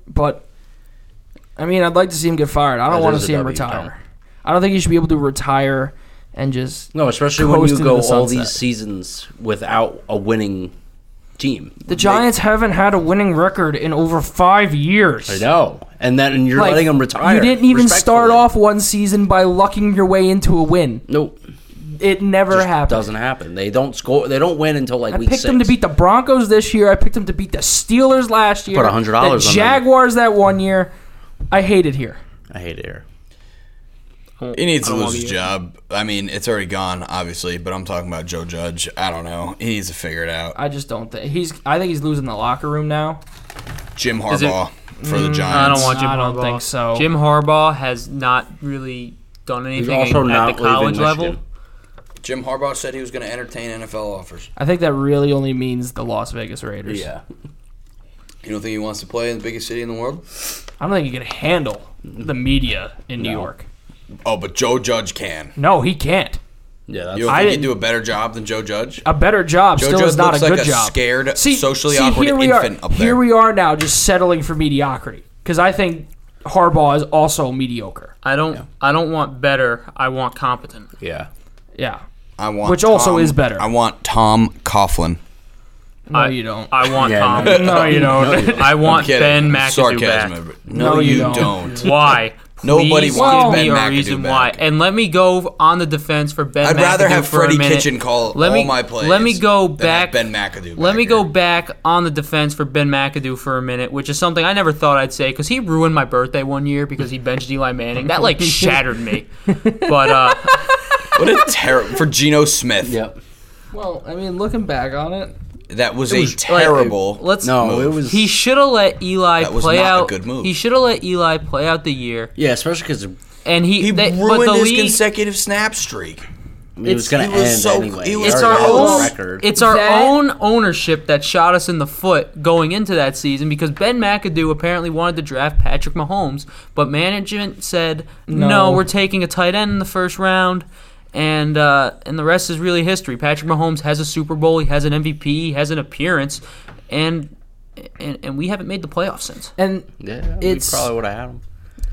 [SPEAKER 1] But I mean, I'd like to see him get fired. I don't
[SPEAKER 3] That
[SPEAKER 1] want to
[SPEAKER 3] is a
[SPEAKER 1] see him
[SPEAKER 3] W, Tom.
[SPEAKER 1] retire. I don't think he should be able to retire and just
[SPEAKER 3] no, especially when
[SPEAKER 1] coast
[SPEAKER 3] you
[SPEAKER 1] into
[SPEAKER 3] go
[SPEAKER 1] the
[SPEAKER 3] all
[SPEAKER 1] sunset.
[SPEAKER 3] these seasons without a winning team.
[SPEAKER 1] the Giants haven't had a winning record in over five years.
[SPEAKER 3] I know, and then and you're
[SPEAKER 1] Like,
[SPEAKER 3] letting him retire.
[SPEAKER 1] You didn't even start
[SPEAKER 3] respectfully.
[SPEAKER 1] off one season by lucking your way into a win.
[SPEAKER 3] Nope,
[SPEAKER 1] It never
[SPEAKER 3] just
[SPEAKER 1] happened.
[SPEAKER 3] doesn't happen. They don't score. They don't win until like
[SPEAKER 1] I
[SPEAKER 3] week
[SPEAKER 1] picked
[SPEAKER 3] six.
[SPEAKER 1] them to beat the Broncos this year. I picked them to beat the Steelers last year.
[SPEAKER 3] Put $100 on
[SPEAKER 1] The
[SPEAKER 3] them.
[SPEAKER 1] Jaguars that one year. I hate it here.
[SPEAKER 3] I hate it here.
[SPEAKER 2] He needs
[SPEAKER 4] I
[SPEAKER 2] to
[SPEAKER 4] don't
[SPEAKER 2] lose
[SPEAKER 4] wanna
[SPEAKER 2] his
[SPEAKER 4] be-
[SPEAKER 2] job. I mean, it's already gone, obviously, but I'm talking about Joe Judge. I don't know. He needs to figure it out.
[SPEAKER 1] I just don't think he's. I think he's losing the locker room now.
[SPEAKER 2] Jim
[SPEAKER 4] Is it- Mm,
[SPEAKER 2] Harbaugh for the Giants.
[SPEAKER 4] I don't want Jim
[SPEAKER 1] I
[SPEAKER 4] Harbaugh.
[SPEAKER 1] don't think so.
[SPEAKER 4] Jim Harbaugh has not really done anything
[SPEAKER 3] also
[SPEAKER 4] at
[SPEAKER 3] not
[SPEAKER 4] the college
[SPEAKER 3] leaving
[SPEAKER 4] level.
[SPEAKER 3] Michigan.
[SPEAKER 5] Jim Harbaugh said he was going to entertain NFL offers.
[SPEAKER 1] I think that really only means the Las Vegas Raiders.
[SPEAKER 3] Yeah,
[SPEAKER 5] You don't think he wants to play in the biggest city in the world?
[SPEAKER 1] I don't think he can handle the media in New York.
[SPEAKER 2] Oh, but Joe Judge can.
[SPEAKER 1] No, he can't.
[SPEAKER 3] yeah.
[SPEAKER 2] You
[SPEAKER 3] That's,
[SPEAKER 2] don't
[SPEAKER 1] I
[SPEAKER 2] think
[SPEAKER 1] didn't-
[SPEAKER 2] he'd do a better job than Joe Judge?
[SPEAKER 1] A better job
[SPEAKER 2] Joe
[SPEAKER 1] still
[SPEAKER 2] Judge
[SPEAKER 1] is not
[SPEAKER 2] looks
[SPEAKER 1] a good
[SPEAKER 2] like a
[SPEAKER 1] job.
[SPEAKER 2] scared, socially awkward
[SPEAKER 1] here we
[SPEAKER 2] infant
[SPEAKER 1] are,
[SPEAKER 2] up there.
[SPEAKER 1] Here we are now, just settling for mediocrity because I think Harbaugh is also mediocre.
[SPEAKER 4] I don't. I don't want better. I want competent.
[SPEAKER 3] yeah.
[SPEAKER 1] Yeah,
[SPEAKER 2] I want
[SPEAKER 1] Which also
[SPEAKER 2] Tom-
[SPEAKER 1] is better.
[SPEAKER 2] I want Tom Coughlin.
[SPEAKER 1] no,
[SPEAKER 4] I,
[SPEAKER 1] you don't.
[SPEAKER 4] I want
[SPEAKER 3] Yeah,
[SPEAKER 4] Tom.
[SPEAKER 2] <laughs>
[SPEAKER 3] no.
[SPEAKER 1] no,
[SPEAKER 4] <laughs>
[SPEAKER 1] you don't.
[SPEAKER 4] I want
[SPEAKER 2] Kidding.
[SPEAKER 4] Ben McAdoo
[SPEAKER 2] Sarcasm.
[SPEAKER 4] back.
[SPEAKER 2] No,
[SPEAKER 1] No, you
[SPEAKER 2] you
[SPEAKER 1] don't.
[SPEAKER 2] don't.
[SPEAKER 4] Why?
[SPEAKER 2] <laughs> Nobody
[SPEAKER 4] Please
[SPEAKER 2] wants
[SPEAKER 4] give
[SPEAKER 2] Ben
[SPEAKER 4] me a
[SPEAKER 2] McAdoo
[SPEAKER 4] reason
[SPEAKER 2] back.
[SPEAKER 4] why. And let me go on the defense for Ben.
[SPEAKER 2] I'd rather
[SPEAKER 4] McAdoo
[SPEAKER 2] have
[SPEAKER 4] for a
[SPEAKER 2] Freddie
[SPEAKER 4] minute.
[SPEAKER 2] Kitchen call
[SPEAKER 4] Let me-
[SPEAKER 2] all my plays.
[SPEAKER 4] let me go
[SPEAKER 2] than have
[SPEAKER 4] back-
[SPEAKER 2] Ben McAdoo.
[SPEAKER 4] Let
[SPEAKER 2] back
[SPEAKER 4] me
[SPEAKER 2] here.
[SPEAKER 4] go back on the defense for Ben McAdoo for a minute, which is something I never thought I'd say because he ruined my birthday one year because he benched Eli Manning. That
[SPEAKER 1] <laughs>
[SPEAKER 4] like shattered me. But uh,
[SPEAKER 2] What a terrible for Geno Smith.
[SPEAKER 3] Yep.
[SPEAKER 1] <laughs> well, I mean, looking back on it,
[SPEAKER 2] That was,
[SPEAKER 4] was
[SPEAKER 2] a
[SPEAKER 4] like-
[SPEAKER 2] terrible.
[SPEAKER 4] let's
[SPEAKER 3] No,
[SPEAKER 2] move.
[SPEAKER 3] it was
[SPEAKER 4] He should have let Eli
[SPEAKER 2] That was
[SPEAKER 4] play
[SPEAKER 2] not a
[SPEAKER 4] out.
[SPEAKER 2] good move.
[SPEAKER 4] He should have let Eli play out the year,
[SPEAKER 3] yeah, especially because it
[SPEAKER 4] and he,
[SPEAKER 2] he
[SPEAKER 4] they, but
[SPEAKER 2] ruined
[SPEAKER 4] the
[SPEAKER 2] his
[SPEAKER 4] league,
[SPEAKER 2] consecutive snap streak.
[SPEAKER 3] was going
[SPEAKER 2] he
[SPEAKER 3] to
[SPEAKER 2] was
[SPEAKER 3] end
[SPEAKER 2] so-
[SPEAKER 3] anyway.
[SPEAKER 2] he
[SPEAKER 3] He
[SPEAKER 2] was
[SPEAKER 4] It's
[SPEAKER 3] already
[SPEAKER 4] our
[SPEAKER 3] had the
[SPEAKER 4] own.
[SPEAKER 3] record.
[SPEAKER 4] It's our
[SPEAKER 1] That-
[SPEAKER 4] own ownership that shot us in the foot going into that season because Ben McAdoo apparently wanted to draft Patrick Mahomes, but management said no,
[SPEAKER 1] No.
[SPEAKER 4] we're taking a tight end in the first round. And uh, and the rest is really history. Patrick Mahomes has a Super Bowl. He has an MVP. He has an appearance, and and, and we haven't made the playoffs since.
[SPEAKER 1] and
[SPEAKER 3] yeah,
[SPEAKER 1] it's-
[SPEAKER 3] we probably would have had him.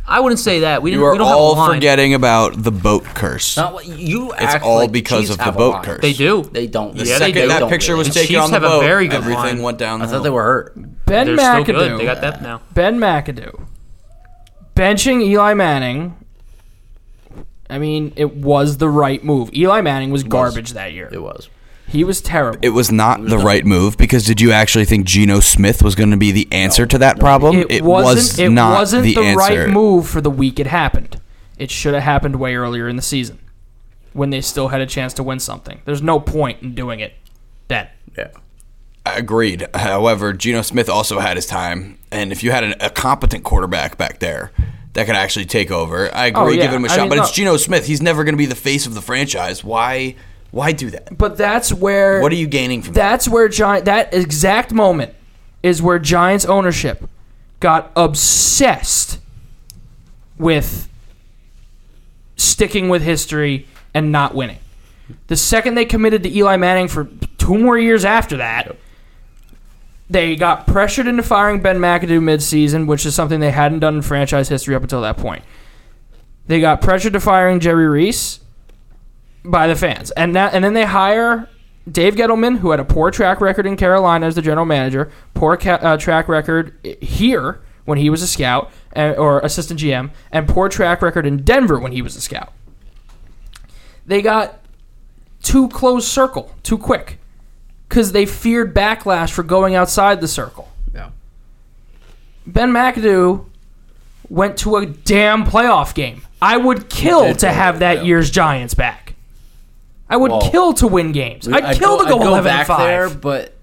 [SPEAKER 4] I wouldn't say that. We didn't.
[SPEAKER 2] You
[SPEAKER 4] we
[SPEAKER 2] are
[SPEAKER 4] don't have
[SPEAKER 2] all
[SPEAKER 4] a line.
[SPEAKER 2] forgetting about the boat curse.
[SPEAKER 3] Not what you.
[SPEAKER 2] it's
[SPEAKER 3] act
[SPEAKER 2] all
[SPEAKER 3] like
[SPEAKER 2] because
[SPEAKER 3] Chiefs
[SPEAKER 2] of the
[SPEAKER 3] have a
[SPEAKER 2] boat
[SPEAKER 3] line.
[SPEAKER 2] curse.
[SPEAKER 4] They do.
[SPEAKER 3] They don't.
[SPEAKER 4] Yeah, they
[SPEAKER 2] Second
[SPEAKER 4] do.
[SPEAKER 2] that
[SPEAKER 3] don't
[SPEAKER 2] picture
[SPEAKER 3] really.
[SPEAKER 2] was
[SPEAKER 4] The
[SPEAKER 2] taken
[SPEAKER 4] Chiefs
[SPEAKER 2] on the
[SPEAKER 4] have a
[SPEAKER 2] boat.
[SPEAKER 4] very good
[SPEAKER 2] Everything
[SPEAKER 4] line.
[SPEAKER 2] went down. The
[SPEAKER 3] I thought
[SPEAKER 2] hill.
[SPEAKER 3] they were hurt.
[SPEAKER 1] Ben
[SPEAKER 4] They're
[SPEAKER 1] McAdoo.
[SPEAKER 4] still good. They got that now.
[SPEAKER 1] Ben McAdoo benching Eli Manning. I mean, it was the right move. Eli Manning was garbage that year.
[SPEAKER 3] It was.
[SPEAKER 1] He was terrible.
[SPEAKER 2] It was not the right move because did you actually think Geno Smith was going to be the answer to that problem?
[SPEAKER 1] it, wasn't, it wasn't the, right move for the week it happened. It should have happened way earlier in the season when they still had a chance to win something. There's no point in doing it then.
[SPEAKER 3] Yeah.
[SPEAKER 2] Agreed. However, Geno Smith also had his time, and if you had an, a competent quarterback back there that could actually take over, I agree,
[SPEAKER 1] Oh, yeah.
[SPEAKER 2] give him a
[SPEAKER 1] I
[SPEAKER 2] shot.
[SPEAKER 1] mean,
[SPEAKER 2] but it's
[SPEAKER 1] look-
[SPEAKER 2] Geno Smith. He's never going to be the face of the franchise. Why? Why do that?
[SPEAKER 1] But that's where
[SPEAKER 2] What are you gaining from that?
[SPEAKER 1] that's where Giant that exact moment is where Giants ownership got obsessed with sticking with history and not winning. The second they committed to Eli Manning for two more years after that, they got pressured into firing Ben McAdoo midseason, which is something they hadn't done in franchise history up until that point. They got pressured to firing Jerry Reese by the fans, and that, and then they hire Dave Gettleman, who had a poor track record in Carolina as the general manager, poor ca- uh, track record i- here when he was a scout and, or assistant GM, and poor track record in Denver when he was a scout. They got too close circle, too quick, because they feared backlash for going outside the circle.
[SPEAKER 3] Yeah.
[SPEAKER 1] Ben McAdoo went to a damn playoff game. I would kill
[SPEAKER 3] did
[SPEAKER 1] to
[SPEAKER 3] go
[SPEAKER 1] have
[SPEAKER 3] there,
[SPEAKER 1] that
[SPEAKER 3] yeah.
[SPEAKER 1] year's Giants back. I would
[SPEAKER 3] Well,
[SPEAKER 1] kill to win games. I'd, kill to
[SPEAKER 3] I'd
[SPEAKER 1] go, 11
[SPEAKER 3] back
[SPEAKER 1] 5.
[SPEAKER 3] there, but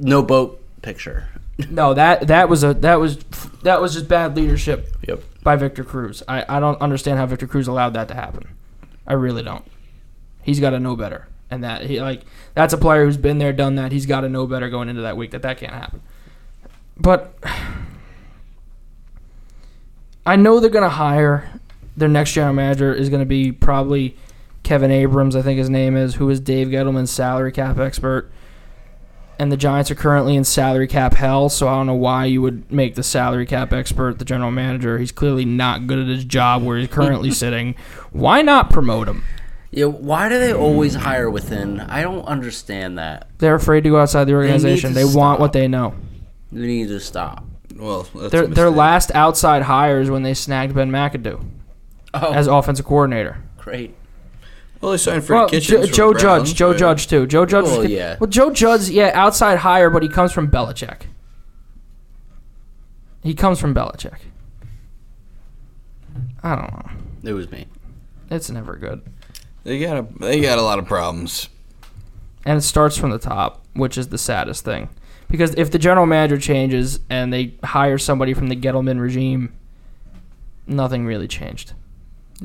[SPEAKER 3] no boat picture.
[SPEAKER 1] No, that that was a that was that was just bad leadership
[SPEAKER 3] Yep.
[SPEAKER 1] by Victor Cruz. I, I don't understand how Victor Cruz allowed that to happen. I really don't. He's got to know better. And that he like that's a player who's been there, done that. He's got to know better going into that week that that can't happen. But <sighs> I know they're gonna hire their next general manager is gonna be probably Kevin Abrams, I think his name is, who is Dave Gettleman's salary cap expert. And the Giants are currently in salary cap hell, so I don't know why you would make the salary cap expert the general manager. He's clearly not good at his job where he's <laughs> currently sitting. Why not promote him?
[SPEAKER 3] Yeah, why do they always hire within? I don't understand that.
[SPEAKER 1] They're afraid to go outside the
[SPEAKER 3] need
[SPEAKER 1] organization.
[SPEAKER 3] to
[SPEAKER 1] They, want
[SPEAKER 3] stop.
[SPEAKER 1] what they know.
[SPEAKER 3] We need to stop.
[SPEAKER 2] Well, that's
[SPEAKER 1] Their
[SPEAKER 2] a
[SPEAKER 1] their
[SPEAKER 2] mistake.
[SPEAKER 1] last outside hires when they snagged Ben McAdoo
[SPEAKER 3] Oh,
[SPEAKER 1] as offensive coordinator.
[SPEAKER 3] great.
[SPEAKER 2] Well, they signed for
[SPEAKER 1] Well,
[SPEAKER 2] Kitchens.
[SPEAKER 1] Jo-
[SPEAKER 2] from
[SPEAKER 1] Joe
[SPEAKER 2] the
[SPEAKER 1] Judge,
[SPEAKER 2] Browns,
[SPEAKER 1] Joe
[SPEAKER 2] right?
[SPEAKER 1] Judge too. Joe Judge. was
[SPEAKER 3] Well,
[SPEAKER 1] good-
[SPEAKER 3] yeah.
[SPEAKER 1] Well, Joe Judge, yeah, outside hire, but he comes from Belichick. He comes from Belichick. I don't know.
[SPEAKER 3] It was me.
[SPEAKER 1] It's never good,
[SPEAKER 2] They got a they got a lot of problems.
[SPEAKER 1] and it starts from the top, which is the saddest thing. Because if the general manager changes and they hire somebody from the Gettleman regime, nothing really changed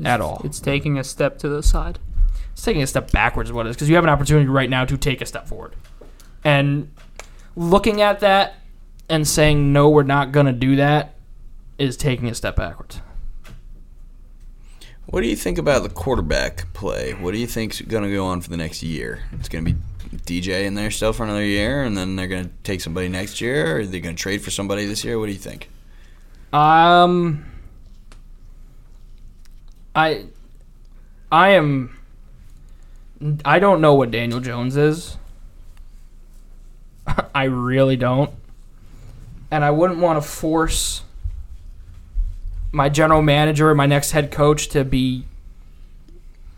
[SPEAKER 1] at all.
[SPEAKER 4] It's taking a step to the side.
[SPEAKER 1] it's taking a step backwards is what it is because you have an opportunity right now to take a step forward and looking at that and saying no we're not going to do that is taking a step backwards
[SPEAKER 2] What do you think about the quarterback play? What do you think's going to go on for the next year? It's going to be DJ in there still for another year, and then they're going to take somebody next year, or are they going to trade for somebody this year? What do you think?
[SPEAKER 1] um i i am i don't know what daniel jones is <laughs> i really don't and i wouldn't want to force my general manager and my next head coach to be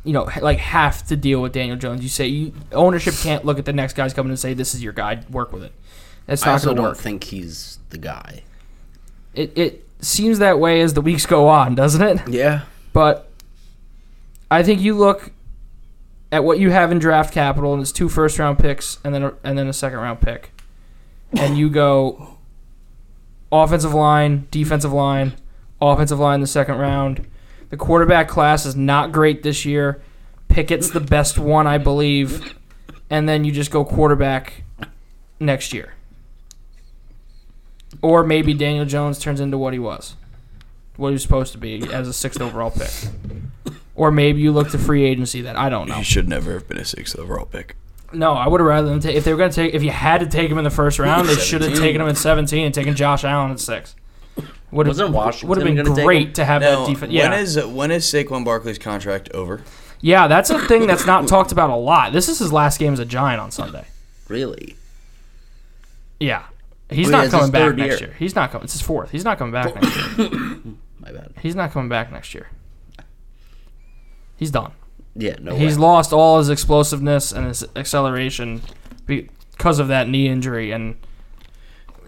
[SPEAKER 1] you know ha- like have to deal with Daniel Jones. You say you, ownership can't look at the next guy's coming and say this is your guy, work with it. That's
[SPEAKER 3] I
[SPEAKER 1] not
[SPEAKER 3] also
[SPEAKER 1] going to
[SPEAKER 3] don't
[SPEAKER 1] work.
[SPEAKER 3] think he's the guy.
[SPEAKER 1] It it seems that way as the weeks go on, doesn't it?
[SPEAKER 3] Yeah.
[SPEAKER 1] But I think you look at what you have in draft capital, and it's two first round picks, and then a, and then a second round pick, and you go offensive line, defensive line, offensive line in the second round. The quarterback class is not great this year. Pickett's the best one, I believe, and then you just go quarterback next year. Or maybe Daniel Jones turns into what he was what he was supposed to be as a sixth overall pick. Or maybe you look to free agency then. I don't know.
[SPEAKER 2] He should never have been a sixth overall pick.
[SPEAKER 1] No, I would have rather them take if they were gonna take if you had to take him in the
[SPEAKER 3] <laughs>
[SPEAKER 1] first round, they should have taken him at seventeen and taken Josh Allen at six. Would
[SPEAKER 3] Wasn't Washington
[SPEAKER 1] would have been
[SPEAKER 3] gonna take him?
[SPEAKER 1] great to have
[SPEAKER 2] Now,
[SPEAKER 1] that defense. Yeah,
[SPEAKER 2] when is when is Saquon Barkley's contract over?
[SPEAKER 1] yeah, that's a thing that's not talked about a lot. This is his last game as a Giant on Sunday.
[SPEAKER 3] Really?
[SPEAKER 1] Yeah, he's
[SPEAKER 3] Oh, yeah,
[SPEAKER 1] not
[SPEAKER 3] it's his
[SPEAKER 1] coming back
[SPEAKER 3] third
[SPEAKER 1] next
[SPEAKER 3] year.
[SPEAKER 1] year. He's not coming. It's his fourth. He's not coming back next year.
[SPEAKER 3] My bad.
[SPEAKER 1] He's not coming back next year. He's done.
[SPEAKER 3] Yeah, no
[SPEAKER 1] He's
[SPEAKER 3] way.
[SPEAKER 1] lost all his explosiveness and his acceleration because of that knee injury, and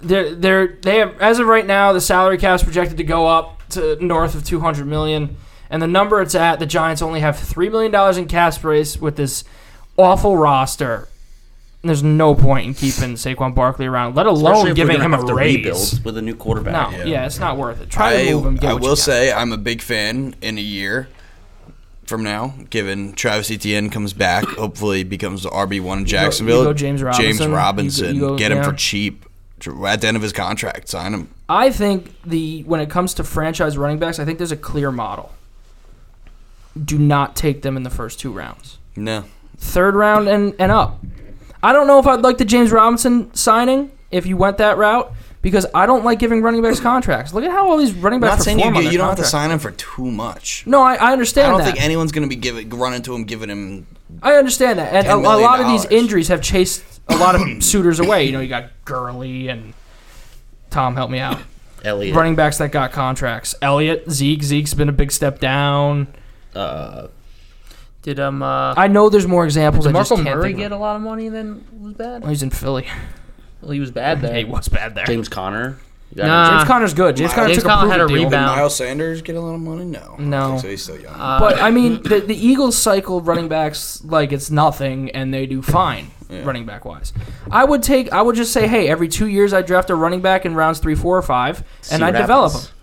[SPEAKER 1] they're they're they have as of right now the salary cap's projected to go up to north of two hundred million, and the number it's at the Giants only have three million dollars in cap space with this awful roster. And There's no point in keeping Saquon Barkley around, let
[SPEAKER 3] Especially
[SPEAKER 1] alone
[SPEAKER 3] if
[SPEAKER 1] giving
[SPEAKER 3] we're
[SPEAKER 1] him
[SPEAKER 3] gonna
[SPEAKER 1] a
[SPEAKER 3] have to
[SPEAKER 1] raise.
[SPEAKER 3] rebuild with a new
[SPEAKER 1] No,
[SPEAKER 3] quarterback.
[SPEAKER 1] yeah.
[SPEAKER 2] Yeah.
[SPEAKER 1] it's not worth it. Try
[SPEAKER 2] I,
[SPEAKER 1] to move him. Get
[SPEAKER 2] I
[SPEAKER 1] what you
[SPEAKER 2] will
[SPEAKER 1] got.
[SPEAKER 2] say I'm a big fan in a year from now, given Travis Etienne comes back, hopefully becomes the RB one in Jacksonville.
[SPEAKER 1] go James Robinson. You go-
[SPEAKER 2] Robinson,
[SPEAKER 1] you go-
[SPEAKER 2] get him
[SPEAKER 1] yeah.
[SPEAKER 2] for cheap at the end of his contract. Sign him.
[SPEAKER 1] I think the when it comes to franchise running backs, I think there's a clear model. Do not take them in the first two rounds.
[SPEAKER 2] No,
[SPEAKER 1] Third round and, and up. I don't know if I'd like the James Robinson signing if you went that route because I don't like giving running backs contracts. Look at how all these running
[SPEAKER 2] I'm
[SPEAKER 1] backs
[SPEAKER 2] not saying
[SPEAKER 1] perform
[SPEAKER 2] you,
[SPEAKER 1] on
[SPEAKER 2] you
[SPEAKER 1] their
[SPEAKER 2] don't have to
[SPEAKER 1] contracts.
[SPEAKER 2] sign him for too much.
[SPEAKER 1] No, I, I understand
[SPEAKER 2] I don't
[SPEAKER 1] that.
[SPEAKER 2] think anyone's going to be giving running to him, giving him
[SPEAKER 1] I understand that, and a,
[SPEAKER 5] $10
[SPEAKER 1] a
[SPEAKER 5] million
[SPEAKER 1] lot of these
[SPEAKER 5] dollars.
[SPEAKER 1] injuries have chased a
[SPEAKER 2] <coughs>
[SPEAKER 1] lot of suitors away. You know, you got Gurley and Tom. Help me out.
[SPEAKER 3] Elliot.
[SPEAKER 1] Running backs that got contracts. Elliott, Zeke. Zeke's been a big step down.
[SPEAKER 3] Uh,
[SPEAKER 4] Did um uh,
[SPEAKER 1] I know there's more examples.
[SPEAKER 4] did
[SPEAKER 1] I just
[SPEAKER 4] Marco
[SPEAKER 1] can't
[SPEAKER 4] Murray
[SPEAKER 1] think
[SPEAKER 4] get
[SPEAKER 1] of.
[SPEAKER 4] a lot of money and then was bad?
[SPEAKER 1] Well, he's in Philly.
[SPEAKER 4] Well, he was bad there.
[SPEAKER 1] He was bad there. James,
[SPEAKER 3] James Connor. You got
[SPEAKER 4] Nah. Uh,
[SPEAKER 1] Conner's good. James Conner
[SPEAKER 4] James
[SPEAKER 1] took
[SPEAKER 4] Conner
[SPEAKER 1] a
[SPEAKER 4] had a
[SPEAKER 1] proven deal.
[SPEAKER 4] rebound.
[SPEAKER 5] Miles Sanders get a lot of money? No. I don't
[SPEAKER 1] No.
[SPEAKER 5] think So he's still young.
[SPEAKER 4] Uh,
[SPEAKER 1] But I mean, the, the Eagles cycle running backs like it's nothing, and they do fine running back wise. I would take, I would just say, hey, every two years I draft a running back in rounds three, four, or five, and
[SPEAKER 3] See
[SPEAKER 1] I
[SPEAKER 3] what
[SPEAKER 1] develop
[SPEAKER 3] happens.
[SPEAKER 1] him.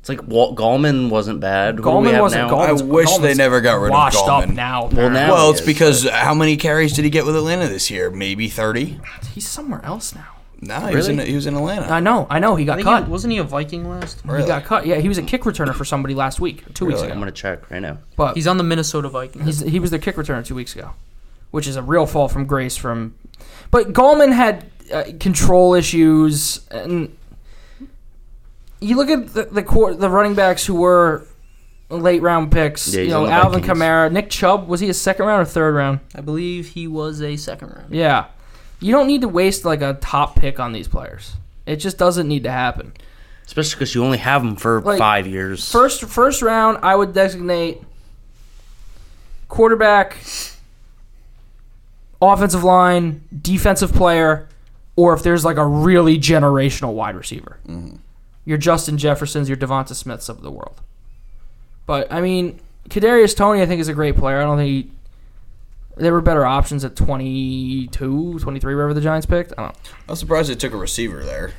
[SPEAKER 3] It's like Walt Gallman wasn't bad. Who do we
[SPEAKER 1] Gallman
[SPEAKER 3] have
[SPEAKER 1] wasn't.
[SPEAKER 3] now?
[SPEAKER 1] Gallman's-
[SPEAKER 2] I wish they
[SPEAKER 1] Gallman's
[SPEAKER 2] never got rid of
[SPEAKER 1] washed up
[SPEAKER 2] Gallman.
[SPEAKER 1] now.
[SPEAKER 3] Well, now-
[SPEAKER 2] Well, it's
[SPEAKER 3] Yes,
[SPEAKER 2] because how many carries did he get with Atlanta this year? Maybe 30?
[SPEAKER 1] he's somewhere else now.
[SPEAKER 2] No, he, was in,
[SPEAKER 3] Really?
[SPEAKER 2] he was in Atlanta.
[SPEAKER 1] I know, I know. He
[SPEAKER 4] I
[SPEAKER 1] got
[SPEAKER 4] think
[SPEAKER 1] cut.
[SPEAKER 4] he, wasn't he a Viking last?
[SPEAKER 1] He got cut. Yeah, he was a kick returner for somebody last week, two weeks
[SPEAKER 2] Really?
[SPEAKER 3] I'm
[SPEAKER 1] ago.
[SPEAKER 3] gonna check right now.
[SPEAKER 1] But
[SPEAKER 4] He's on the Minnesota Vikings.
[SPEAKER 1] He's, he was their kick returner two weeks ago, which is a real fall from grace from. But Gallman had uh, control issues, and you look at the the, quar the running backs who were late round picks.
[SPEAKER 3] Yeah, he's
[SPEAKER 1] you
[SPEAKER 3] on
[SPEAKER 1] know,
[SPEAKER 3] the
[SPEAKER 1] Alvin
[SPEAKER 3] Vikings.
[SPEAKER 1] Kamara, Nick Chubb. Was he a second round or third round?
[SPEAKER 4] I believe he was a second round.
[SPEAKER 1] Yeah, you don't need to waste like a top pick on these players. It just doesn't need to happen.
[SPEAKER 3] Especially because you only have him for
[SPEAKER 1] Like,
[SPEAKER 3] five years.
[SPEAKER 1] First first round, I would designate quarterback, offensive line, defensive player, or if there's like a really generational wide receiver.
[SPEAKER 2] Mm-hmm.
[SPEAKER 1] Your Justin Jeffersons, your Devonta Smiths of the world. But I mean, Kadarius Tony, I think is a great player. I don't think he, there were better options at 22, 23, wherever the Giants picked. I don't.
[SPEAKER 2] I'm surprised they took a receiver there.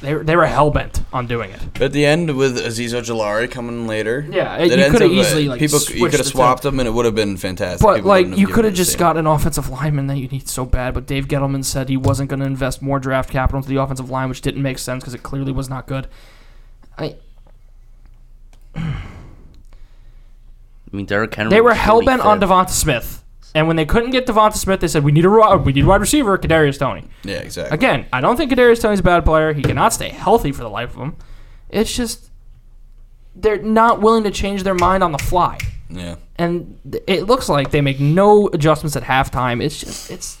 [SPEAKER 1] They were- they were hell bent on doing it.
[SPEAKER 2] At the end, with Aziz Ojolari coming later,
[SPEAKER 1] Yeah, it-
[SPEAKER 2] that
[SPEAKER 1] you
[SPEAKER 2] ends
[SPEAKER 1] coulda
[SPEAKER 2] up, uh,
[SPEAKER 1] easily, like,
[SPEAKER 2] people, you
[SPEAKER 1] switched
[SPEAKER 2] could
[SPEAKER 1] the
[SPEAKER 2] have swapped them, and it would have been fantastic.
[SPEAKER 1] But
[SPEAKER 2] People
[SPEAKER 1] like,
[SPEAKER 2] wouldn't have
[SPEAKER 1] you
[SPEAKER 2] given
[SPEAKER 1] could have
[SPEAKER 2] it a
[SPEAKER 1] just
[SPEAKER 2] damn.
[SPEAKER 1] got an offensive lineman that you need so bad. But Dave Gettleman said he wasn't going to invest more draft capital into the offensive line, which didn't make sense because it clearly was not good. I
[SPEAKER 3] I mean, Derrick Henry.
[SPEAKER 1] they were
[SPEAKER 3] was
[SPEAKER 1] hell bent on
[SPEAKER 3] 45th.
[SPEAKER 1] Devonta Smith, and when they couldn't get Devonta Smith, they said we need a ri- we need a wide receiver, Kadarius Tony.
[SPEAKER 2] yeah, exactly.
[SPEAKER 1] Again, I don't think Kadarius Tony's a bad player. He cannot stay healthy for the life of him. It's just they're not willing to change their mind on the fly,
[SPEAKER 2] Yeah.
[SPEAKER 1] and th- it looks like they make no adjustments at halftime. It's just it's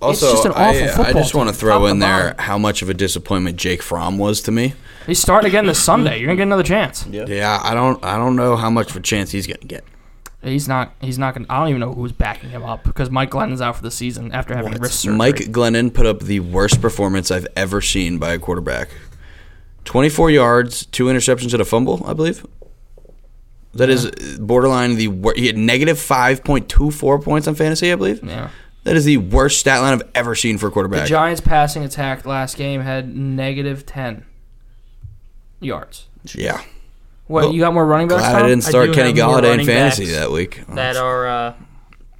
[SPEAKER 2] Also,
[SPEAKER 1] just an awful
[SPEAKER 2] I, I
[SPEAKER 1] football
[SPEAKER 2] just want to
[SPEAKER 1] team,
[SPEAKER 2] throw
[SPEAKER 1] top to
[SPEAKER 2] in there
[SPEAKER 1] bottom.
[SPEAKER 2] how much of a disappointment Jake Fromm was to me.
[SPEAKER 1] He's starting again this Sunday. You're gonna get another chance.
[SPEAKER 2] Yeah, I don't, I don't know how much of a chance he's gonna get.
[SPEAKER 1] He's not. He's not gonna. I don't even know who's backing him up because Mike Glennon's out for the season after having wrist surgery.
[SPEAKER 2] Mike Glennon put up the worst performance I've ever seen by a quarterback. 24 yards, two interceptions, and a fumble, I believe. That is borderline the wor- he had negative 5.24 points on fantasy, I believe.
[SPEAKER 1] Yeah.
[SPEAKER 2] That is the worst stat line I've ever seen for a
[SPEAKER 1] The
[SPEAKER 2] quarterback.
[SPEAKER 1] Giants' passing attack last game had negative ten yards.
[SPEAKER 2] yeah.
[SPEAKER 1] What
[SPEAKER 2] Well,
[SPEAKER 1] you got more running backs?
[SPEAKER 2] Glad I
[SPEAKER 1] Tom?
[SPEAKER 2] didn't
[SPEAKER 4] I
[SPEAKER 2] start
[SPEAKER 4] do
[SPEAKER 2] Kenny
[SPEAKER 4] have more
[SPEAKER 2] Galladay in
[SPEAKER 4] running
[SPEAKER 2] fantasy
[SPEAKER 4] backs
[SPEAKER 2] that week.
[SPEAKER 4] That are uh,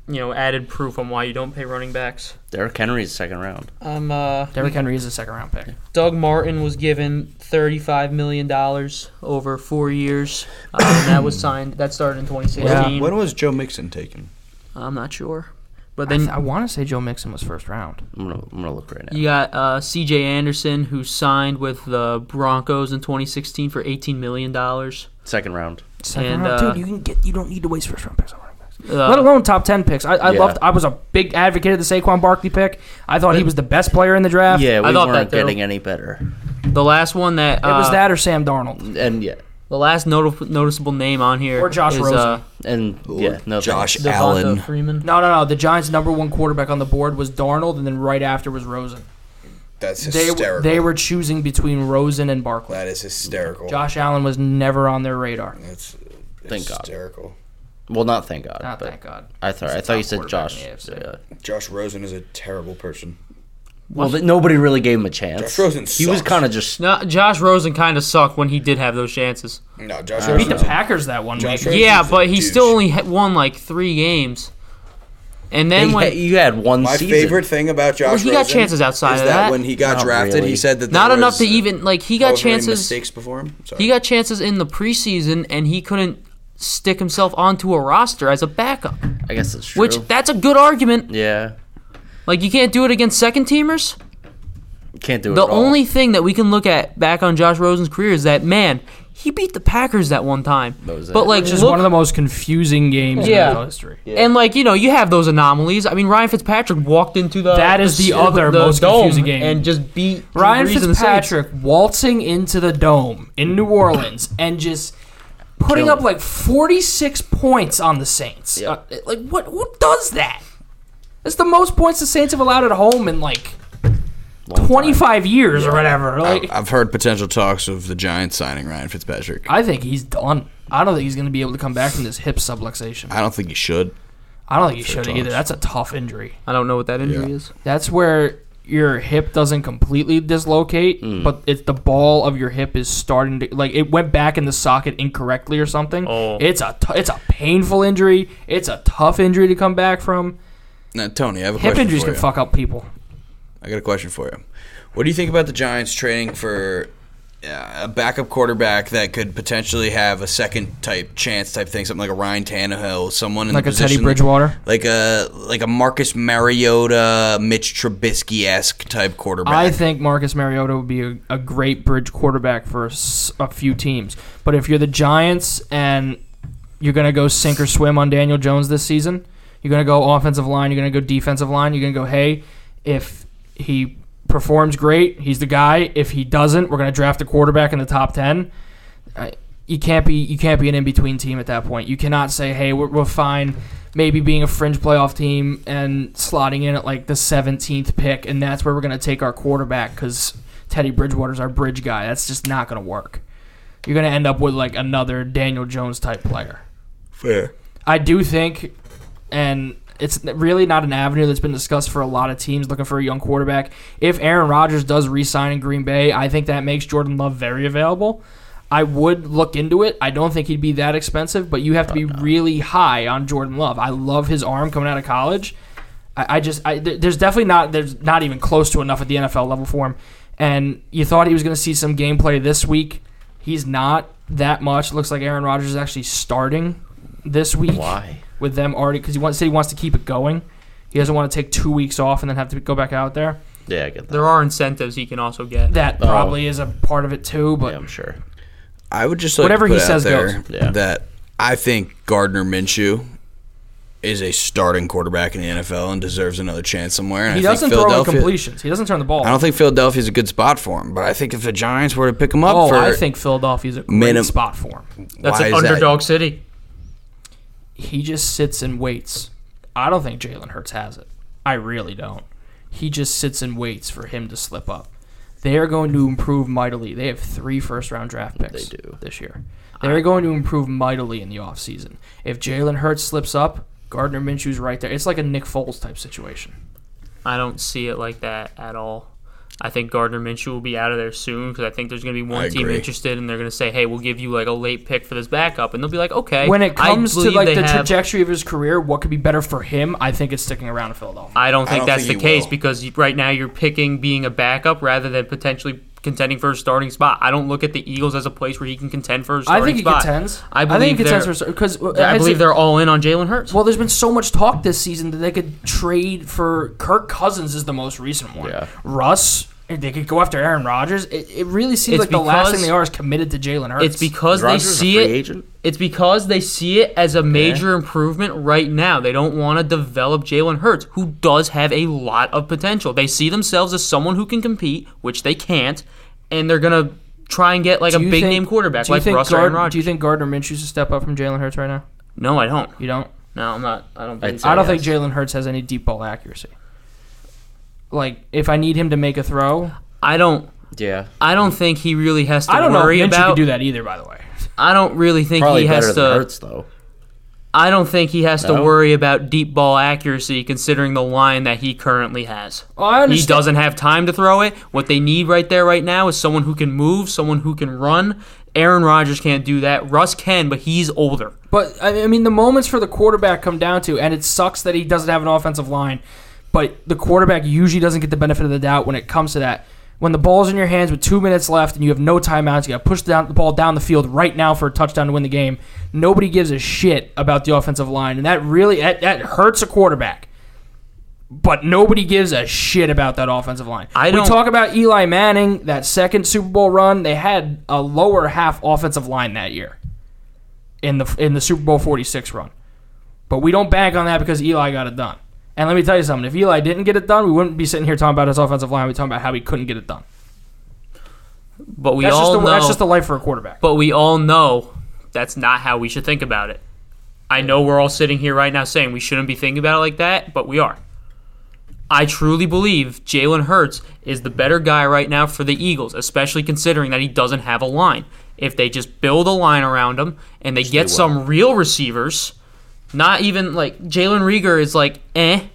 [SPEAKER 4] you know added proof on why you don't pay running backs.
[SPEAKER 3] Derrick Henry's second round.
[SPEAKER 4] Um, uh,
[SPEAKER 1] Derrick Henry is a second round pick.
[SPEAKER 4] Doug Martin was given thirty-five million dollars over four years. Um, that was signed. That started in twenty sixteen.
[SPEAKER 2] was Joe Mixon taken?
[SPEAKER 4] I'm not sure, but
[SPEAKER 1] I,
[SPEAKER 4] then
[SPEAKER 1] th- I want to say Joe Mixon was first round.
[SPEAKER 3] I'm gonna, I'm gonna look right now.
[SPEAKER 4] You got uh, C.J. Anderson, who signed with the Broncos in 2016 for 18 million dollars.
[SPEAKER 3] Second round.
[SPEAKER 1] Second
[SPEAKER 4] And,
[SPEAKER 1] round,
[SPEAKER 4] uh,
[SPEAKER 1] dude. You can get. You don't need to waste first round picks on running backs.
[SPEAKER 4] Uh,
[SPEAKER 1] Let alone top ten picks. I, I
[SPEAKER 3] Yeah.
[SPEAKER 1] loved. I was a big advocate of the Saquon Barkley pick. I thought he was the best player in the draft.
[SPEAKER 3] Yeah, we
[SPEAKER 4] I thought
[SPEAKER 3] weren't
[SPEAKER 4] that, though.
[SPEAKER 3] getting any better.
[SPEAKER 4] the last one that
[SPEAKER 1] It
[SPEAKER 4] uh,
[SPEAKER 1] was that or Sam Darnold
[SPEAKER 3] And yeah,
[SPEAKER 4] the last noti- noticeable name on here
[SPEAKER 1] or Josh
[SPEAKER 4] is,
[SPEAKER 1] Rosen.
[SPEAKER 4] Uh,
[SPEAKER 3] and yeah, no.
[SPEAKER 2] Josh
[SPEAKER 3] thanks.
[SPEAKER 4] Devonta
[SPEAKER 2] Allen.
[SPEAKER 4] Freeman.
[SPEAKER 1] No, no, no. The Giants' number one quarterback on the board was Darnold, and then right after was Rosen.
[SPEAKER 5] That's
[SPEAKER 1] They,
[SPEAKER 5] hysterical.
[SPEAKER 1] they were choosing between Rosen and Barkley.
[SPEAKER 5] that is hysterical.
[SPEAKER 1] Josh Allen was never on their radar.
[SPEAKER 5] That's
[SPEAKER 3] Thank God.
[SPEAKER 5] hysterical.
[SPEAKER 3] Well, not thank God.
[SPEAKER 1] Not
[SPEAKER 3] but
[SPEAKER 1] thank God.
[SPEAKER 3] I thought
[SPEAKER 1] He's
[SPEAKER 3] I
[SPEAKER 1] a
[SPEAKER 3] thought you
[SPEAKER 1] top
[SPEAKER 3] said
[SPEAKER 1] quarterback
[SPEAKER 3] Josh.
[SPEAKER 1] in the AFC.
[SPEAKER 3] yeah.
[SPEAKER 5] Josh Rosen is a terrible person.
[SPEAKER 3] Well, th- nobody really gave him a chance.
[SPEAKER 5] Josh Rosen
[SPEAKER 3] he was
[SPEAKER 5] sucks.
[SPEAKER 3] kind of just.
[SPEAKER 4] No, Josh Rosen kind of sucked when he did have those chances.
[SPEAKER 5] No, Josh
[SPEAKER 1] Beat
[SPEAKER 5] Rosen.
[SPEAKER 1] the Packers that one
[SPEAKER 5] Josh
[SPEAKER 1] week.
[SPEAKER 5] Rosen
[SPEAKER 4] yeah,
[SPEAKER 5] is a
[SPEAKER 4] but he
[SPEAKER 5] douche.
[SPEAKER 4] still only ha- won like three games, and then
[SPEAKER 3] he
[SPEAKER 4] when
[SPEAKER 3] had, you had one
[SPEAKER 5] My
[SPEAKER 3] season.
[SPEAKER 5] favorite thing about Josh
[SPEAKER 4] he got
[SPEAKER 5] Rosen
[SPEAKER 4] chances outside
[SPEAKER 5] is
[SPEAKER 4] of
[SPEAKER 5] that
[SPEAKER 4] that.
[SPEAKER 5] when he got
[SPEAKER 3] Not
[SPEAKER 5] drafted,
[SPEAKER 3] really.
[SPEAKER 5] he said that
[SPEAKER 4] not
[SPEAKER 5] there
[SPEAKER 4] enough
[SPEAKER 5] was
[SPEAKER 4] to even like he got
[SPEAKER 5] however many
[SPEAKER 4] chances.
[SPEAKER 5] mistakes before him. Sorry.
[SPEAKER 4] He got chances in the preseason, and he couldn't stick himself onto a roster as a backup.
[SPEAKER 3] I guess that's true.
[SPEAKER 4] Which that's a good argument.
[SPEAKER 3] yeah,
[SPEAKER 4] Like you can't do it against second teamers.
[SPEAKER 3] Can't do it.
[SPEAKER 4] The
[SPEAKER 3] at all.
[SPEAKER 4] only thing that we can look at back on Josh Rosen's career is that man, he beat the Packers that one time.
[SPEAKER 3] was
[SPEAKER 4] but
[SPEAKER 3] it.
[SPEAKER 4] like,
[SPEAKER 1] Which is
[SPEAKER 4] look-
[SPEAKER 1] one of the most confusing games
[SPEAKER 4] Yeah.
[SPEAKER 1] in NFL history.
[SPEAKER 4] and like you know, you have those anomalies. I mean, Ryan Fitzpatrick walked into the
[SPEAKER 1] That is the
[SPEAKER 4] s-
[SPEAKER 1] other most
[SPEAKER 4] dome
[SPEAKER 1] confusing game.
[SPEAKER 4] and just beat
[SPEAKER 1] Ryan
[SPEAKER 4] Drew Brees and the Saints.
[SPEAKER 1] Fitzpatrick waltzing into the dome in New
[SPEAKER 3] <laughs>
[SPEAKER 1] Orleans and just putting
[SPEAKER 3] Killing
[SPEAKER 1] up like 46 points on the Saints.
[SPEAKER 3] Yeah.
[SPEAKER 1] Uh, like what who does that? That's the most points the Saints have allowed at home in like
[SPEAKER 3] Long time.
[SPEAKER 1] 25 years or whatever. Like
[SPEAKER 2] I've heard potential talks of the Giants signing Ryan Fitzpatrick.
[SPEAKER 1] I think he's done. I don't think he's going to be able to come back from this hip subluxation.
[SPEAKER 2] I don't think he should.
[SPEAKER 1] I don't think he should either.
[SPEAKER 2] toss.
[SPEAKER 1] That's a tough injury.
[SPEAKER 4] I don't know what that injury
[SPEAKER 2] Yeah.
[SPEAKER 4] is.
[SPEAKER 1] That's where your hip doesn't completely dislocate, but it's the ball of your hip is starting to like it went back in the socket incorrectly or something.
[SPEAKER 4] Oh.
[SPEAKER 1] It's a t- it's a painful injury. It's a tough injury to come back from.
[SPEAKER 2] Now, Tony, I have a
[SPEAKER 1] Hip
[SPEAKER 2] question
[SPEAKER 1] injuries
[SPEAKER 2] for
[SPEAKER 1] can
[SPEAKER 2] you.
[SPEAKER 1] fuck up people.
[SPEAKER 2] I got a question for you. What do you think about the Giants trading for uh, a backup quarterback that could potentially have a second type chance type thing, something like a Ryan Tannehill, someone in
[SPEAKER 1] Like
[SPEAKER 2] the
[SPEAKER 1] a Teddy
[SPEAKER 2] position-
[SPEAKER 1] Bridgewater?
[SPEAKER 2] like a like a Marcus Mariota, Mitch Trubisky esque type quarterback?
[SPEAKER 1] I think Marcus Mariota would be a, a great bridge quarterback for s- a few teams. But if you're the Giants and you're going to go sink or swim on Daniel Jones this season, you're going to go offensive line, you're going to go defensive line, you're going to go, hey, if he performs great, he's the guy. If he doesn't, we're going to draft a quarterback in the top 10. I- You can't be you can't be an in between team at that point. You cannot say, "Hey, we're, we're fine, maybe being a fringe playoff team and slotting in at like the 17th pick, and that's where we're going to take our quarterback because Teddy Bridgewater's our bridge guy." That's just not going to work. You're going to end up with like another Daniel Jones type player.
[SPEAKER 2] Fair.
[SPEAKER 1] I do think, and it's really not an avenue that's been discussed for a lot of teams looking for a young quarterback. If Aaron Rodgers does re-sign in Green Bay, I think that makes Jordan Love very available. I would look into it. I don't think he'd be that expensive, but you have to be really high on Jordan Love. I love his arm coming out of college. I, I just I, th- there's definitely not there's not even close to enough at the NFL level for him. And you thought he was going to see some gameplay this week. He's not that much. Looks like Aaron Rodgers is actually starting this week
[SPEAKER 3] Why?
[SPEAKER 1] with them already because he wants, said he wants to keep it going. He doesn't want to take two weeks off and then have to go back out there.
[SPEAKER 3] Yeah, I get that.
[SPEAKER 4] There are incentives he can also get.
[SPEAKER 1] That
[SPEAKER 3] Oh.
[SPEAKER 1] probably is a part of it too. But
[SPEAKER 3] Yeah, I'm sure.
[SPEAKER 2] I would just like
[SPEAKER 1] Whatever
[SPEAKER 2] to put
[SPEAKER 1] he says
[SPEAKER 2] out there
[SPEAKER 1] goes.
[SPEAKER 3] Yeah.
[SPEAKER 2] that I think Gardner Minshew is a starting quarterback in the NFL and deserves another chance somewhere. And
[SPEAKER 1] he
[SPEAKER 2] I
[SPEAKER 1] doesn't
[SPEAKER 2] think
[SPEAKER 1] throw in
[SPEAKER 2] Philadelphia-
[SPEAKER 1] completions. He doesn't turn the ball.
[SPEAKER 2] I don't think Philadelphia's a good spot for him, but I think if the Giants were to pick him up
[SPEAKER 1] oh,
[SPEAKER 2] for
[SPEAKER 1] I think Philadelphia's a great
[SPEAKER 2] Minim-
[SPEAKER 1] spot for him.
[SPEAKER 4] That's
[SPEAKER 2] why
[SPEAKER 4] an
[SPEAKER 2] is that?
[SPEAKER 4] underdog city.
[SPEAKER 1] He just sits and waits. I don't think Jalen Hurts has it. I really don't. He just sits and waits for him to slip up. They are going to improve mightily. They have three first round draft picks
[SPEAKER 3] They do.
[SPEAKER 1] this year. They're going to improve mightily in the offseason. If Jalen Hurts slips up, Gardner Minshew's right there. It's like a Nick Foles type situation.
[SPEAKER 4] I don't see it like that at all. I think Gardner Minshew will be out of there soon because I think there's going to be one
[SPEAKER 2] I
[SPEAKER 4] team
[SPEAKER 2] agree.
[SPEAKER 4] interested, and they're going to say, "Hey, we'll give you like a late pick for this backup," and they'll be like, "Okay."
[SPEAKER 1] When it
[SPEAKER 4] I
[SPEAKER 1] comes to
[SPEAKER 4] believe
[SPEAKER 1] like
[SPEAKER 4] they
[SPEAKER 1] the
[SPEAKER 4] have-
[SPEAKER 1] trajectory of his career, what could be better for him? I think it's sticking around in Philadelphia.
[SPEAKER 4] I don't think
[SPEAKER 2] don't
[SPEAKER 4] that's
[SPEAKER 2] think
[SPEAKER 4] the
[SPEAKER 2] he
[SPEAKER 4] case
[SPEAKER 2] will.
[SPEAKER 4] because you- right now you're picking being a backup rather than potentially contending for a starting spot. I don't look at the Eagles as a place where he can contend for a
[SPEAKER 1] I
[SPEAKER 4] starting
[SPEAKER 1] think he
[SPEAKER 4] spot.
[SPEAKER 1] contends.
[SPEAKER 4] I
[SPEAKER 1] I think
[SPEAKER 4] believe
[SPEAKER 1] he contends
[SPEAKER 4] they're-
[SPEAKER 1] for because
[SPEAKER 4] I believe they're all in on Jalen Hurts.
[SPEAKER 1] Well, there's been so much talk this season that they could trade for Kirk Cousins is the most recent one.
[SPEAKER 3] Yeah.
[SPEAKER 1] Russ, they could go after Aaron Rodgers. It, it really seems
[SPEAKER 4] It's
[SPEAKER 1] like the last
[SPEAKER 4] because-
[SPEAKER 1] thing they are is committed to Jalen Hurts.
[SPEAKER 4] It's because
[SPEAKER 3] Is Rodgers
[SPEAKER 4] they
[SPEAKER 3] a
[SPEAKER 4] see
[SPEAKER 3] free
[SPEAKER 4] it.
[SPEAKER 3] agent?
[SPEAKER 4] It's because they see it as a major improvement right now. They don't want to develop Jalen Hurts, who does have a lot of potential. They see themselves as someone who can compete, which they can't, and they're gonna try and get like a
[SPEAKER 1] Do you
[SPEAKER 4] big
[SPEAKER 1] think-
[SPEAKER 4] name quarterback
[SPEAKER 1] do you
[SPEAKER 4] like
[SPEAKER 1] think
[SPEAKER 4] Russ or Aaron
[SPEAKER 1] Gard- Do you
[SPEAKER 4] Rodgers.
[SPEAKER 1] think Gardner Minshew's a step up from Jalen Hurts right now?
[SPEAKER 4] No, I don't.
[SPEAKER 1] You don't.
[SPEAKER 4] No, I'm not. I don't.
[SPEAKER 3] I'd
[SPEAKER 4] Think
[SPEAKER 3] say
[SPEAKER 4] so.
[SPEAKER 1] I don't
[SPEAKER 3] yes.
[SPEAKER 1] think Jalen Hurts has any deep ball accuracy. Like if I need him to make a throw,
[SPEAKER 4] I don't.
[SPEAKER 3] Yeah.
[SPEAKER 4] I don't think he really has to
[SPEAKER 1] I don't know if
[SPEAKER 4] worry
[SPEAKER 1] Minshew
[SPEAKER 4] about.
[SPEAKER 1] could do that either. By the way,
[SPEAKER 4] I don't really think
[SPEAKER 3] Probably
[SPEAKER 4] he
[SPEAKER 3] better
[SPEAKER 4] has to.
[SPEAKER 3] than Hurts though.
[SPEAKER 4] I don't think he has to
[SPEAKER 3] No?
[SPEAKER 4] worry about deep ball accuracy considering the line that he currently has.
[SPEAKER 1] Oh, I
[SPEAKER 4] he
[SPEAKER 1] understand.
[SPEAKER 4] doesn't have time to throw it. What they need right there, right now, is someone who can move, someone who can run. Aaron Rodgers can't do that. Russ can, but he's older.
[SPEAKER 1] But I I mean, the moments for the quarterback come down to, and it sucks that he doesn't have an offensive line. But the quarterback usually doesn't get the benefit of the doubt when it comes to that. When the ball's in your hands with two minutes left and you have no timeouts, you got to push down the ball down the field right now for a touchdown to win the game. Nobody gives a shit about the offensive line, and that really that, that hurts a quarterback. But nobody gives a shit about that offensive line.
[SPEAKER 4] I don't-
[SPEAKER 1] we talk about Eli Manning, that second Super Bowl run. They had a lower half offensive line that year in the in the Super Bowl 46 run. But we don't bank on that because Eli got it done. And let me tell you something. If Eli didn't get it done, we wouldn't be sitting here talking about his offensive line. We'd be talking about how he couldn't get it done.
[SPEAKER 4] But we
[SPEAKER 1] That's,
[SPEAKER 4] all
[SPEAKER 1] just the,
[SPEAKER 4] know.
[SPEAKER 1] that's just the life for a quarterback.
[SPEAKER 4] But we all know that's not how we should think about it. I know we're all sitting here right now saying we shouldn't be thinking about it like that, but we are. I truly believe Jalen Hurts is the better guy right now for the Eagles, especially considering that he doesn't have a line. If they just build a line around him and they get some real receivers, not even like Jalen Rieger is like, eh,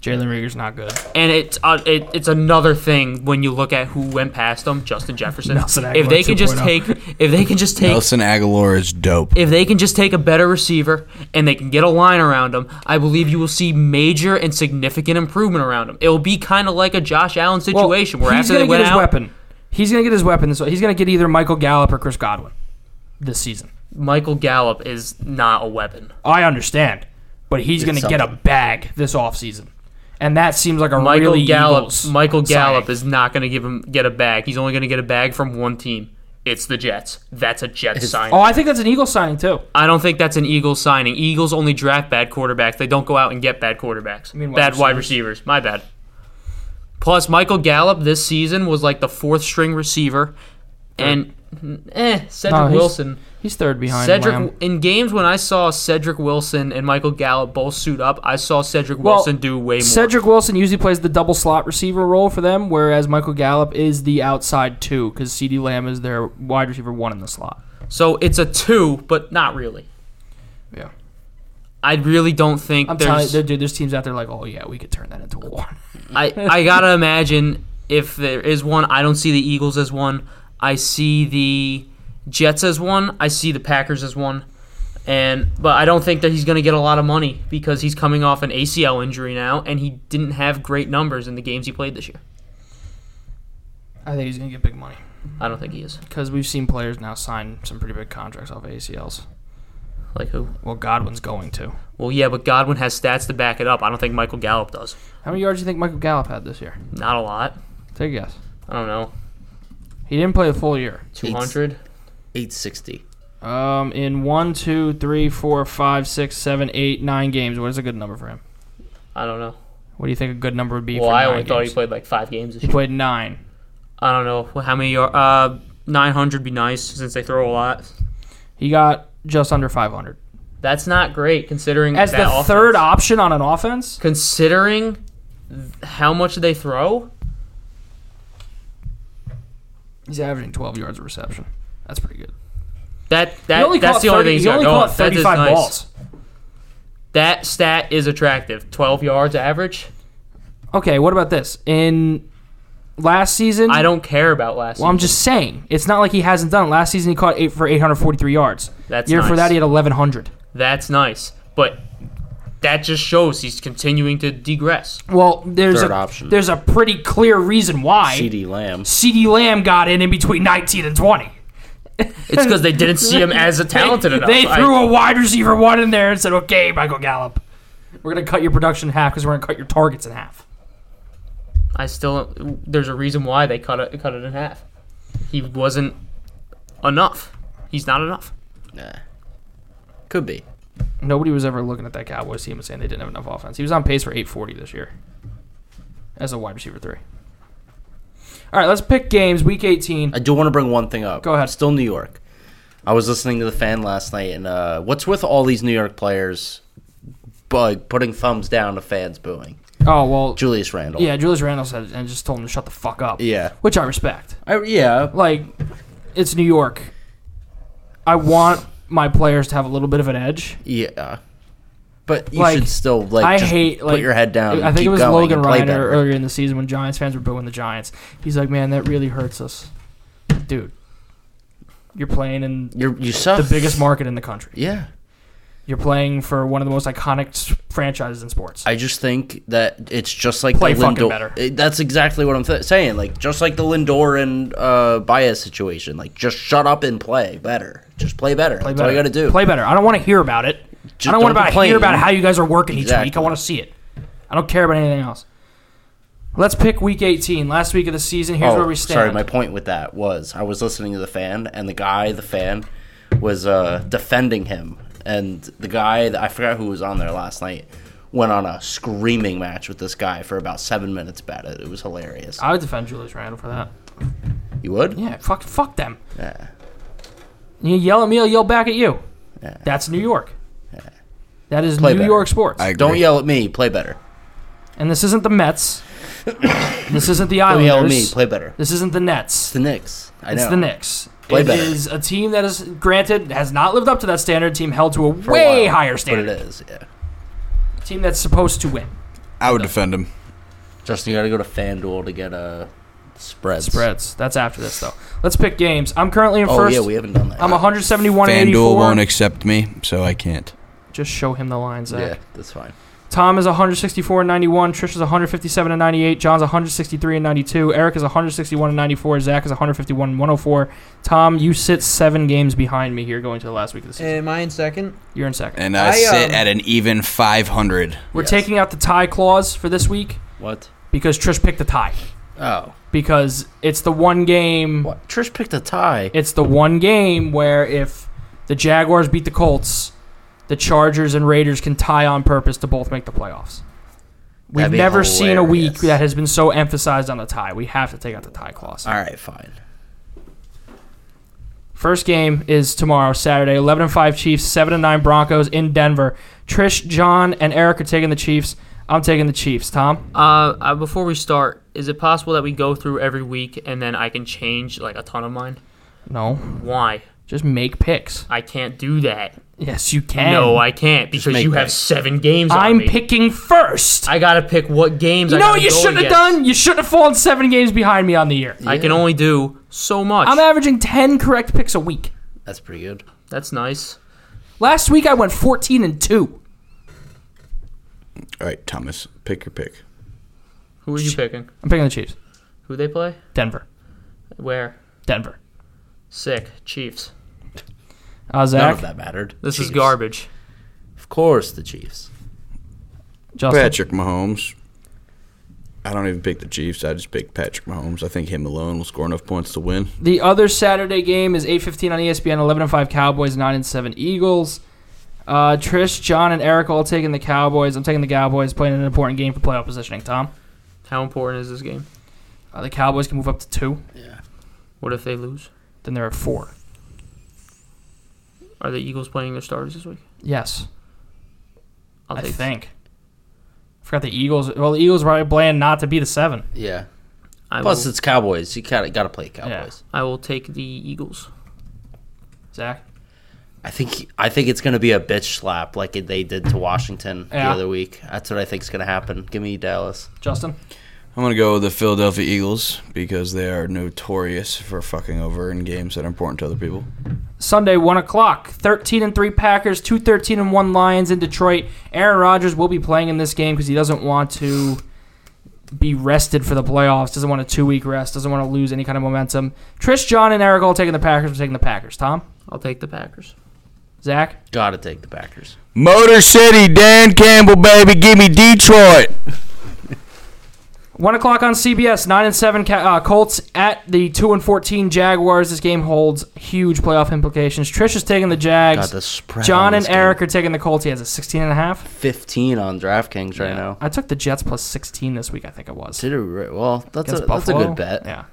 [SPEAKER 1] Jalen Rieger's not good.
[SPEAKER 4] and it's uh, it, it's another thing when you look at who went past them, Justin Jefferson.
[SPEAKER 1] Nelson
[SPEAKER 4] if
[SPEAKER 1] Aguilar oh.
[SPEAKER 4] they can just
[SPEAKER 1] 2.0.
[SPEAKER 4] take, if they can just take
[SPEAKER 2] Nelson Aguilar is dope.
[SPEAKER 4] if they can just take a better receiver and they can get a line around him, I believe you will see major and significant improvement around him. It'll be kind of like a Josh Allen situation where
[SPEAKER 1] he's
[SPEAKER 4] after
[SPEAKER 1] gonna
[SPEAKER 4] they
[SPEAKER 1] get
[SPEAKER 4] went
[SPEAKER 1] his
[SPEAKER 4] out,
[SPEAKER 1] weapon. He's gonna get his weapon. So he's gonna get either Michael Gallup or Chris Godwin this season.
[SPEAKER 4] Michael Gallup is not a weapon.
[SPEAKER 1] I understand, but he's gonna get a
[SPEAKER 3] something.
[SPEAKER 1] bag this offseason. and that seems like a
[SPEAKER 4] Michael
[SPEAKER 1] really
[SPEAKER 4] Gallup,
[SPEAKER 1] Eagles
[SPEAKER 4] Michael Gallup
[SPEAKER 1] signing.
[SPEAKER 4] is not going to give him get a bag. He's only going to get a bag from one team. It's the Jets. That's a Jets signing.
[SPEAKER 1] Oh, I think that's an Eagles signing too.
[SPEAKER 4] I don't think that's an Eagles signing. Eagles only draft bad quarterbacks. They don't go out and get bad quarterbacks.
[SPEAKER 1] mean wide
[SPEAKER 4] bad wide receivers. My bad. Plus, Michael Gallup this season was like the fourth string receiver, and eh,
[SPEAKER 1] No,
[SPEAKER 4] Cedric
[SPEAKER 1] Oh, he's-
[SPEAKER 4] Wilson.
[SPEAKER 1] He's third behind
[SPEAKER 4] Cedric
[SPEAKER 1] Lamb.
[SPEAKER 4] in games when I saw Cedric Wilson and Michael Gallup both suit up, I saw Cedric
[SPEAKER 1] Well,
[SPEAKER 4] Wilson do way more.
[SPEAKER 1] Cedric Wilson usually plays the double slot receiver role for them, whereas Michael Gallup is the outside two because CD Lamb is their wide receiver one in the slot.
[SPEAKER 4] so it's a two, but not really.
[SPEAKER 1] Yeah,
[SPEAKER 4] I really don't think
[SPEAKER 1] I'm telling
[SPEAKER 4] there's.
[SPEAKER 1] you, dude, there's teams out there like, oh yeah, we could turn that into a war. <laughs>
[SPEAKER 4] I, I gotta imagine if there is one, I don't see the Eagles as one. I see the Jets as one. I see the Packers as one. And but I don't think that he's gonna get a lot of money because he's coming off an ACL injury now, and he didn't have great numbers in the games he played this year.
[SPEAKER 1] I think he's gonna get big money
[SPEAKER 4] I don't think he is.
[SPEAKER 1] because we've seen players now sign some pretty big contracts off ACLs.
[SPEAKER 4] Like who?
[SPEAKER 1] Well, Godwin's going to.
[SPEAKER 4] Well, yeah, but Godwin has stats to back it up. I don't think Michael Gallup does.
[SPEAKER 1] How many yards do you think Michael Gallup had this year?
[SPEAKER 4] Not a lot.
[SPEAKER 1] Take a guess.
[SPEAKER 4] I don't know.
[SPEAKER 1] He didn't play a full year.
[SPEAKER 4] Two hundred.
[SPEAKER 3] 860.
[SPEAKER 1] Um, in one, two, three, four, five, six, seven, eight, nine games. What is a good number for him?
[SPEAKER 4] I don't know.
[SPEAKER 1] What do you think a good number would be?
[SPEAKER 4] Well,
[SPEAKER 1] for
[SPEAKER 4] I
[SPEAKER 1] nine
[SPEAKER 4] only thought he
[SPEAKER 1] games?
[SPEAKER 4] played like five games this
[SPEAKER 1] He
[SPEAKER 4] year.
[SPEAKER 1] played nine.
[SPEAKER 4] I don't know Well, how many. Are, uh, nine hundred be nice since they throw a lot.
[SPEAKER 1] He got just under 500.
[SPEAKER 4] That's not great considering
[SPEAKER 1] As
[SPEAKER 4] that
[SPEAKER 1] the
[SPEAKER 4] offense-
[SPEAKER 1] third option on an offense,
[SPEAKER 4] Considering th- how much they throw,
[SPEAKER 1] he's averaging 12 yards of reception. That's pretty good.
[SPEAKER 4] that
[SPEAKER 1] He
[SPEAKER 4] that
[SPEAKER 1] only
[SPEAKER 4] that's
[SPEAKER 1] caught
[SPEAKER 4] the only
[SPEAKER 1] 30
[SPEAKER 4] thing he's
[SPEAKER 1] he
[SPEAKER 4] got
[SPEAKER 1] only
[SPEAKER 4] going.
[SPEAKER 1] caught
[SPEAKER 4] That is
[SPEAKER 1] 35
[SPEAKER 4] nice.
[SPEAKER 1] balls.
[SPEAKER 4] That stat is attractive. Twelve yards average.
[SPEAKER 1] Okay, what about this? In last season,
[SPEAKER 4] I don't care about last.
[SPEAKER 1] Well, I'm
[SPEAKER 4] season.
[SPEAKER 1] just saying it's not like he hasn't done. it. Last season he caught eight for 843 yards.
[SPEAKER 4] That's
[SPEAKER 1] year for
[SPEAKER 4] nice.
[SPEAKER 1] that he had 1100.
[SPEAKER 4] that's nice, but that just shows he's continuing to degress.
[SPEAKER 1] Well, there's
[SPEAKER 3] Third
[SPEAKER 1] a
[SPEAKER 3] option.
[SPEAKER 1] there's a pretty clear reason why
[SPEAKER 3] CD Lamb.
[SPEAKER 1] CD Lamb got in in between 19 and 20.
[SPEAKER 4] It's because they didn't see him as a talented enough.
[SPEAKER 1] <laughs> They
[SPEAKER 4] I-
[SPEAKER 1] threw a wide receiver one in there and said, "Okay, Michael Gallup, we're gonna cut your production in half because we're gonna cut your targets in half."
[SPEAKER 4] I still there's a reason why they cut it cut it in half. He wasn't enough. He's not enough.
[SPEAKER 3] Nah. Could be.
[SPEAKER 1] Nobody was ever looking at that Cowboys team and saying they didn't have enough offense. He was on pace for 840 this year as a wide receiver three. All right, let's pick games. Week 18.
[SPEAKER 3] I do want to bring one thing up.
[SPEAKER 1] Go ahead.
[SPEAKER 3] Still New York. I was listening to the fan last night, and uh, what's with all these New York players bug putting thumbs down to fans booing?
[SPEAKER 1] Oh well,
[SPEAKER 3] Julius Randle.
[SPEAKER 1] Yeah, Julius Randle said it and just told him to shut the fuck up.
[SPEAKER 3] Yeah.
[SPEAKER 1] Which I respect.
[SPEAKER 3] I, yeah.
[SPEAKER 1] Like, it's New York. I want my players to have a little bit of an edge.
[SPEAKER 3] Yeah. But you
[SPEAKER 1] Like,
[SPEAKER 3] should still like
[SPEAKER 1] I
[SPEAKER 3] just
[SPEAKER 1] hate
[SPEAKER 3] put
[SPEAKER 1] like
[SPEAKER 3] your head down.
[SPEAKER 1] I
[SPEAKER 3] and
[SPEAKER 1] think
[SPEAKER 3] keep
[SPEAKER 1] it was
[SPEAKER 3] going
[SPEAKER 1] Logan
[SPEAKER 3] and play
[SPEAKER 1] Ryan
[SPEAKER 3] better.
[SPEAKER 1] earlier in the season when Giants fans were booing the Giants. He's like, Man, that really hurts us. Dude. You're playing in
[SPEAKER 3] You're, you suck.
[SPEAKER 1] the biggest market in the country.
[SPEAKER 3] Yeah.
[SPEAKER 1] You're playing for one of the most iconic s- franchises in sports.
[SPEAKER 3] I just think that it's just like
[SPEAKER 1] Play
[SPEAKER 3] the
[SPEAKER 1] fucking
[SPEAKER 3] Lindor.
[SPEAKER 1] better.
[SPEAKER 3] It- That's exactly what I'm th- saying. Like just like the Lindor and uh, Bias situation. Like just shut up and play better. Just play better.
[SPEAKER 1] Play
[SPEAKER 3] That's all you got to do.
[SPEAKER 1] Play better. I don't want to hear about it.
[SPEAKER 3] Just
[SPEAKER 1] I don't,
[SPEAKER 3] don't
[SPEAKER 1] want to
[SPEAKER 3] complain.
[SPEAKER 1] hear about how you guys are working each
[SPEAKER 3] Exactly.
[SPEAKER 1] week. I want to see it. I don't care about anything else. Let's pick week 18, last week of the season. Here's where we stand.
[SPEAKER 3] Oh, Sorry, my point with that was I was listening to the fan, and the guy, the fan, was uh, defending him, and the guy I forgot who was on there last night went on a screaming match with this guy for about seven minutes about it. It was hilarious.
[SPEAKER 1] I would defend Julius Randle for that.
[SPEAKER 3] you would?
[SPEAKER 1] Yeah, fuck, fuck them.
[SPEAKER 3] Yeah.
[SPEAKER 1] You yell at me, I'll yell back at you.
[SPEAKER 3] Yeah.
[SPEAKER 1] That's New York. That is
[SPEAKER 3] Play
[SPEAKER 1] New
[SPEAKER 3] better.
[SPEAKER 1] York sports.
[SPEAKER 2] I agree.
[SPEAKER 3] Don't yell at me. Play better.
[SPEAKER 1] and this isn't the
[SPEAKER 3] <coughs>
[SPEAKER 1] Mets. this isn't the
[SPEAKER 3] Don't
[SPEAKER 1] Islanders.
[SPEAKER 3] yell at me. Play better.
[SPEAKER 1] this isn't the Nets.
[SPEAKER 3] It's the Knicks. I
[SPEAKER 1] It's
[SPEAKER 3] know.
[SPEAKER 1] the Knicks.
[SPEAKER 3] Play
[SPEAKER 1] It
[SPEAKER 3] better.
[SPEAKER 1] is a team that is granted has not lived up to that standard. Team held to a
[SPEAKER 3] For a
[SPEAKER 1] way
[SPEAKER 3] while,
[SPEAKER 1] higher standard.
[SPEAKER 3] But it is. Yeah.
[SPEAKER 1] Team that's supposed to win.
[SPEAKER 2] I would defend him.
[SPEAKER 3] Justin, you got to go to FanDuel to get a spreads.
[SPEAKER 1] Spreads. That's after this though. Let's pick games. I'm currently in
[SPEAKER 3] Oh
[SPEAKER 1] first.
[SPEAKER 3] yeah, we haven't done that.
[SPEAKER 1] I'm 171
[SPEAKER 2] FanDuel
[SPEAKER 1] and 84.
[SPEAKER 2] won't accept me, so I can't.
[SPEAKER 1] Just show him the line, Zach.
[SPEAKER 3] yeah, that's fine.
[SPEAKER 1] Tom is 164 and 91. Trish is 157 and 98. John's 163 and 92. Eric is 161 and 94. Zach is 151 and 104. Tom, you sit seven games behind me here going to the last week of the season.
[SPEAKER 4] Am I in second?
[SPEAKER 1] You're in second.
[SPEAKER 2] And I,
[SPEAKER 4] I,
[SPEAKER 2] sit
[SPEAKER 4] um,
[SPEAKER 2] at an even 500.
[SPEAKER 1] We're
[SPEAKER 3] Yes.
[SPEAKER 1] taking out the tie clause for this week
[SPEAKER 3] What?
[SPEAKER 1] because Trish picked the tie.
[SPEAKER 3] Oh,
[SPEAKER 1] Because it's the one game.
[SPEAKER 3] what? Trish picked a tie.
[SPEAKER 1] It's the one game where if the Jaguars beat the Colts, the Chargers and Raiders can tie on purpose to both make the playoffs. We've
[SPEAKER 3] That'd be
[SPEAKER 1] never seen a week
[SPEAKER 3] hilarious.
[SPEAKER 1] that has been so emphasized on the tie. We have to take out the tie clause.
[SPEAKER 3] All right, fine.
[SPEAKER 1] First game is tomorrow, Saturday. Eleven and five Chiefs, seven and nine Broncos in Denver. Trish, John, and Eric are taking the Chiefs. I'm taking the Chiefs. Tom,
[SPEAKER 4] Uh, uh, before we start, is it possible that we go through every week and then I can change like a ton of mine?
[SPEAKER 1] no,
[SPEAKER 4] Why?
[SPEAKER 1] just make picks.
[SPEAKER 4] I can't do that.
[SPEAKER 1] Yes, you can.
[SPEAKER 4] no, I can't because
[SPEAKER 3] make
[SPEAKER 4] you have
[SPEAKER 3] picks.
[SPEAKER 4] seven games. on
[SPEAKER 1] I'm
[SPEAKER 4] me.
[SPEAKER 1] picking first.
[SPEAKER 4] I gotta pick what games.
[SPEAKER 1] you
[SPEAKER 4] I
[SPEAKER 1] know
[SPEAKER 4] gotta
[SPEAKER 1] what you
[SPEAKER 4] go
[SPEAKER 1] shouldn't have
[SPEAKER 4] against.
[SPEAKER 1] done? You shouldn't have fallen seven games behind me on the year.
[SPEAKER 4] I can only do so much.
[SPEAKER 1] I'm averaging ten correct picks a week.
[SPEAKER 3] That's pretty good.
[SPEAKER 4] That's nice.
[SPEAKER 1] Last week I went 14 and two.
[SPEAKER 2] All right, Thomas, pick your pick.
[SPEAKER 4] Who are you picking?
[SPEAKER 1] I'm picking the Chiefs.
[SPEAKER 4] Who they play?
[SPEAKER 1] Denver,
[SPEAKER 4] Where?
[SPEAKER 1] Denver.
[SPEAKER 4] Sick. Chiefs.
[SPEAKER 1] Uh,
[SPEAKER 3] None of
[SPEAKER 1] Zach,
[SPEAKER 3] that mattered.
[SPEAKER 4] This is
[SPEAKER 3] Chiefs.
[SPEAKER 4] garbage.
[SPEAKER 3] Of course, the Chiefs.
[SPEAKER 1] Justin.
[SPEAKER 2] Patrick Mahomes. I don't even pick the Chiefs. I just pick Patrick Mahomes. I think him alone will score enough points to win.
[SPEAKER 1] The other Saturday game is 8:15 on E ESPN. 11 and 5 Cowboys, 9 and 7 Eagles. Uh, Trish, John, and Eric all taking the Cowboys. I'm taking the Cowboys, playing an important game for playoff positioning. Tom,
[SPEAKER 4] How important is this game?
[SPEAKER 1] uh, the Cowboys can move up to two.
[SPEAKER 4] What if they lose?
[SPEAKER 1] Then they're at four.
[SPEAKER 4] Are the Eagles playing their starters this week?
[SPEAKER 1] Yes,
[SPEAKER 4] I'll
[SPEAKER 1] I
[SPEAKER 4] take
[SPEAKER 1] think. Forgot the Eagles. Well, the Eagles probably plan not to be the seven.
[SPEAKER 3] Yeah.
[SPEAKER 4] I
[SPEAKER 3] Plus,
[SPEAKER 4] will,
[SPEAKER 3] it's Cowboys. You gotta gotta play Cowboys.
[SPEAKER 4] I will take the Eagles.
[SPEAKER 1] Zach,
[SPEAKER 3] I think I think it's gonna be a bitch slap like they did to Washington
[SPEAKER 1] Yeah.
[SPEAKER 3] the other week. That's what I think's gonna happen. Give me Dallas.
[SPEAKER 1] Justin.
[SPEAKER 2] I'm going to go with the Philadelphia Eagles because they are notorious for fucking over in games that are important to other people.
[SPEAKER 1] Sunday, one o'clock. Thirteen and three Packers, two thirteen and one Lions in Detroit. Aaron Rodgers will be playing in this game because he doesn't want to be rested for the playoffs. Doesn't want a two week rest. Doesn't want to lose any kind of momentum. Trish, John, and Eric all taking the Packers. We're taking the Packers. Tom,
[SPEAKER 4] I'll take the Packers.
[SPEAKER 1] Zach,
[SPEAKER 3] Gotta take the Packers.
[SPEAKER 2] Motor City, Dan Campbell, baby. Give me Detroit.
[SPEAKER 1] one o'clock on CBS. Nine and seven Ca- uh, Colts at the two and fourteen Jaguars. This game holds huge playoff implications. Trish is taking the
[SPEAKER 3] Got
[SPEAKER 1] Jags.
[SPEAKER 3] the spread. on
[SPEAKER 1] John and
[SPEAKER 3] this game.
[SPEAKER 1] Eric are taking the Colts. He has a 16 and a half.
[SPEAKER 3] fifteen on DraftKings right now.
[SPEAKER 1] I took the Jets plus 16 this week, I think it was.
[SPEAKER 3] Did it re- well.
[SPEAKER 1] against
[SPEAKER 3] That's a that's a
[SPEAKER 1] Buffalo.
[SPEAKER 3] good bet.
[SPEAKER 1] Yeah.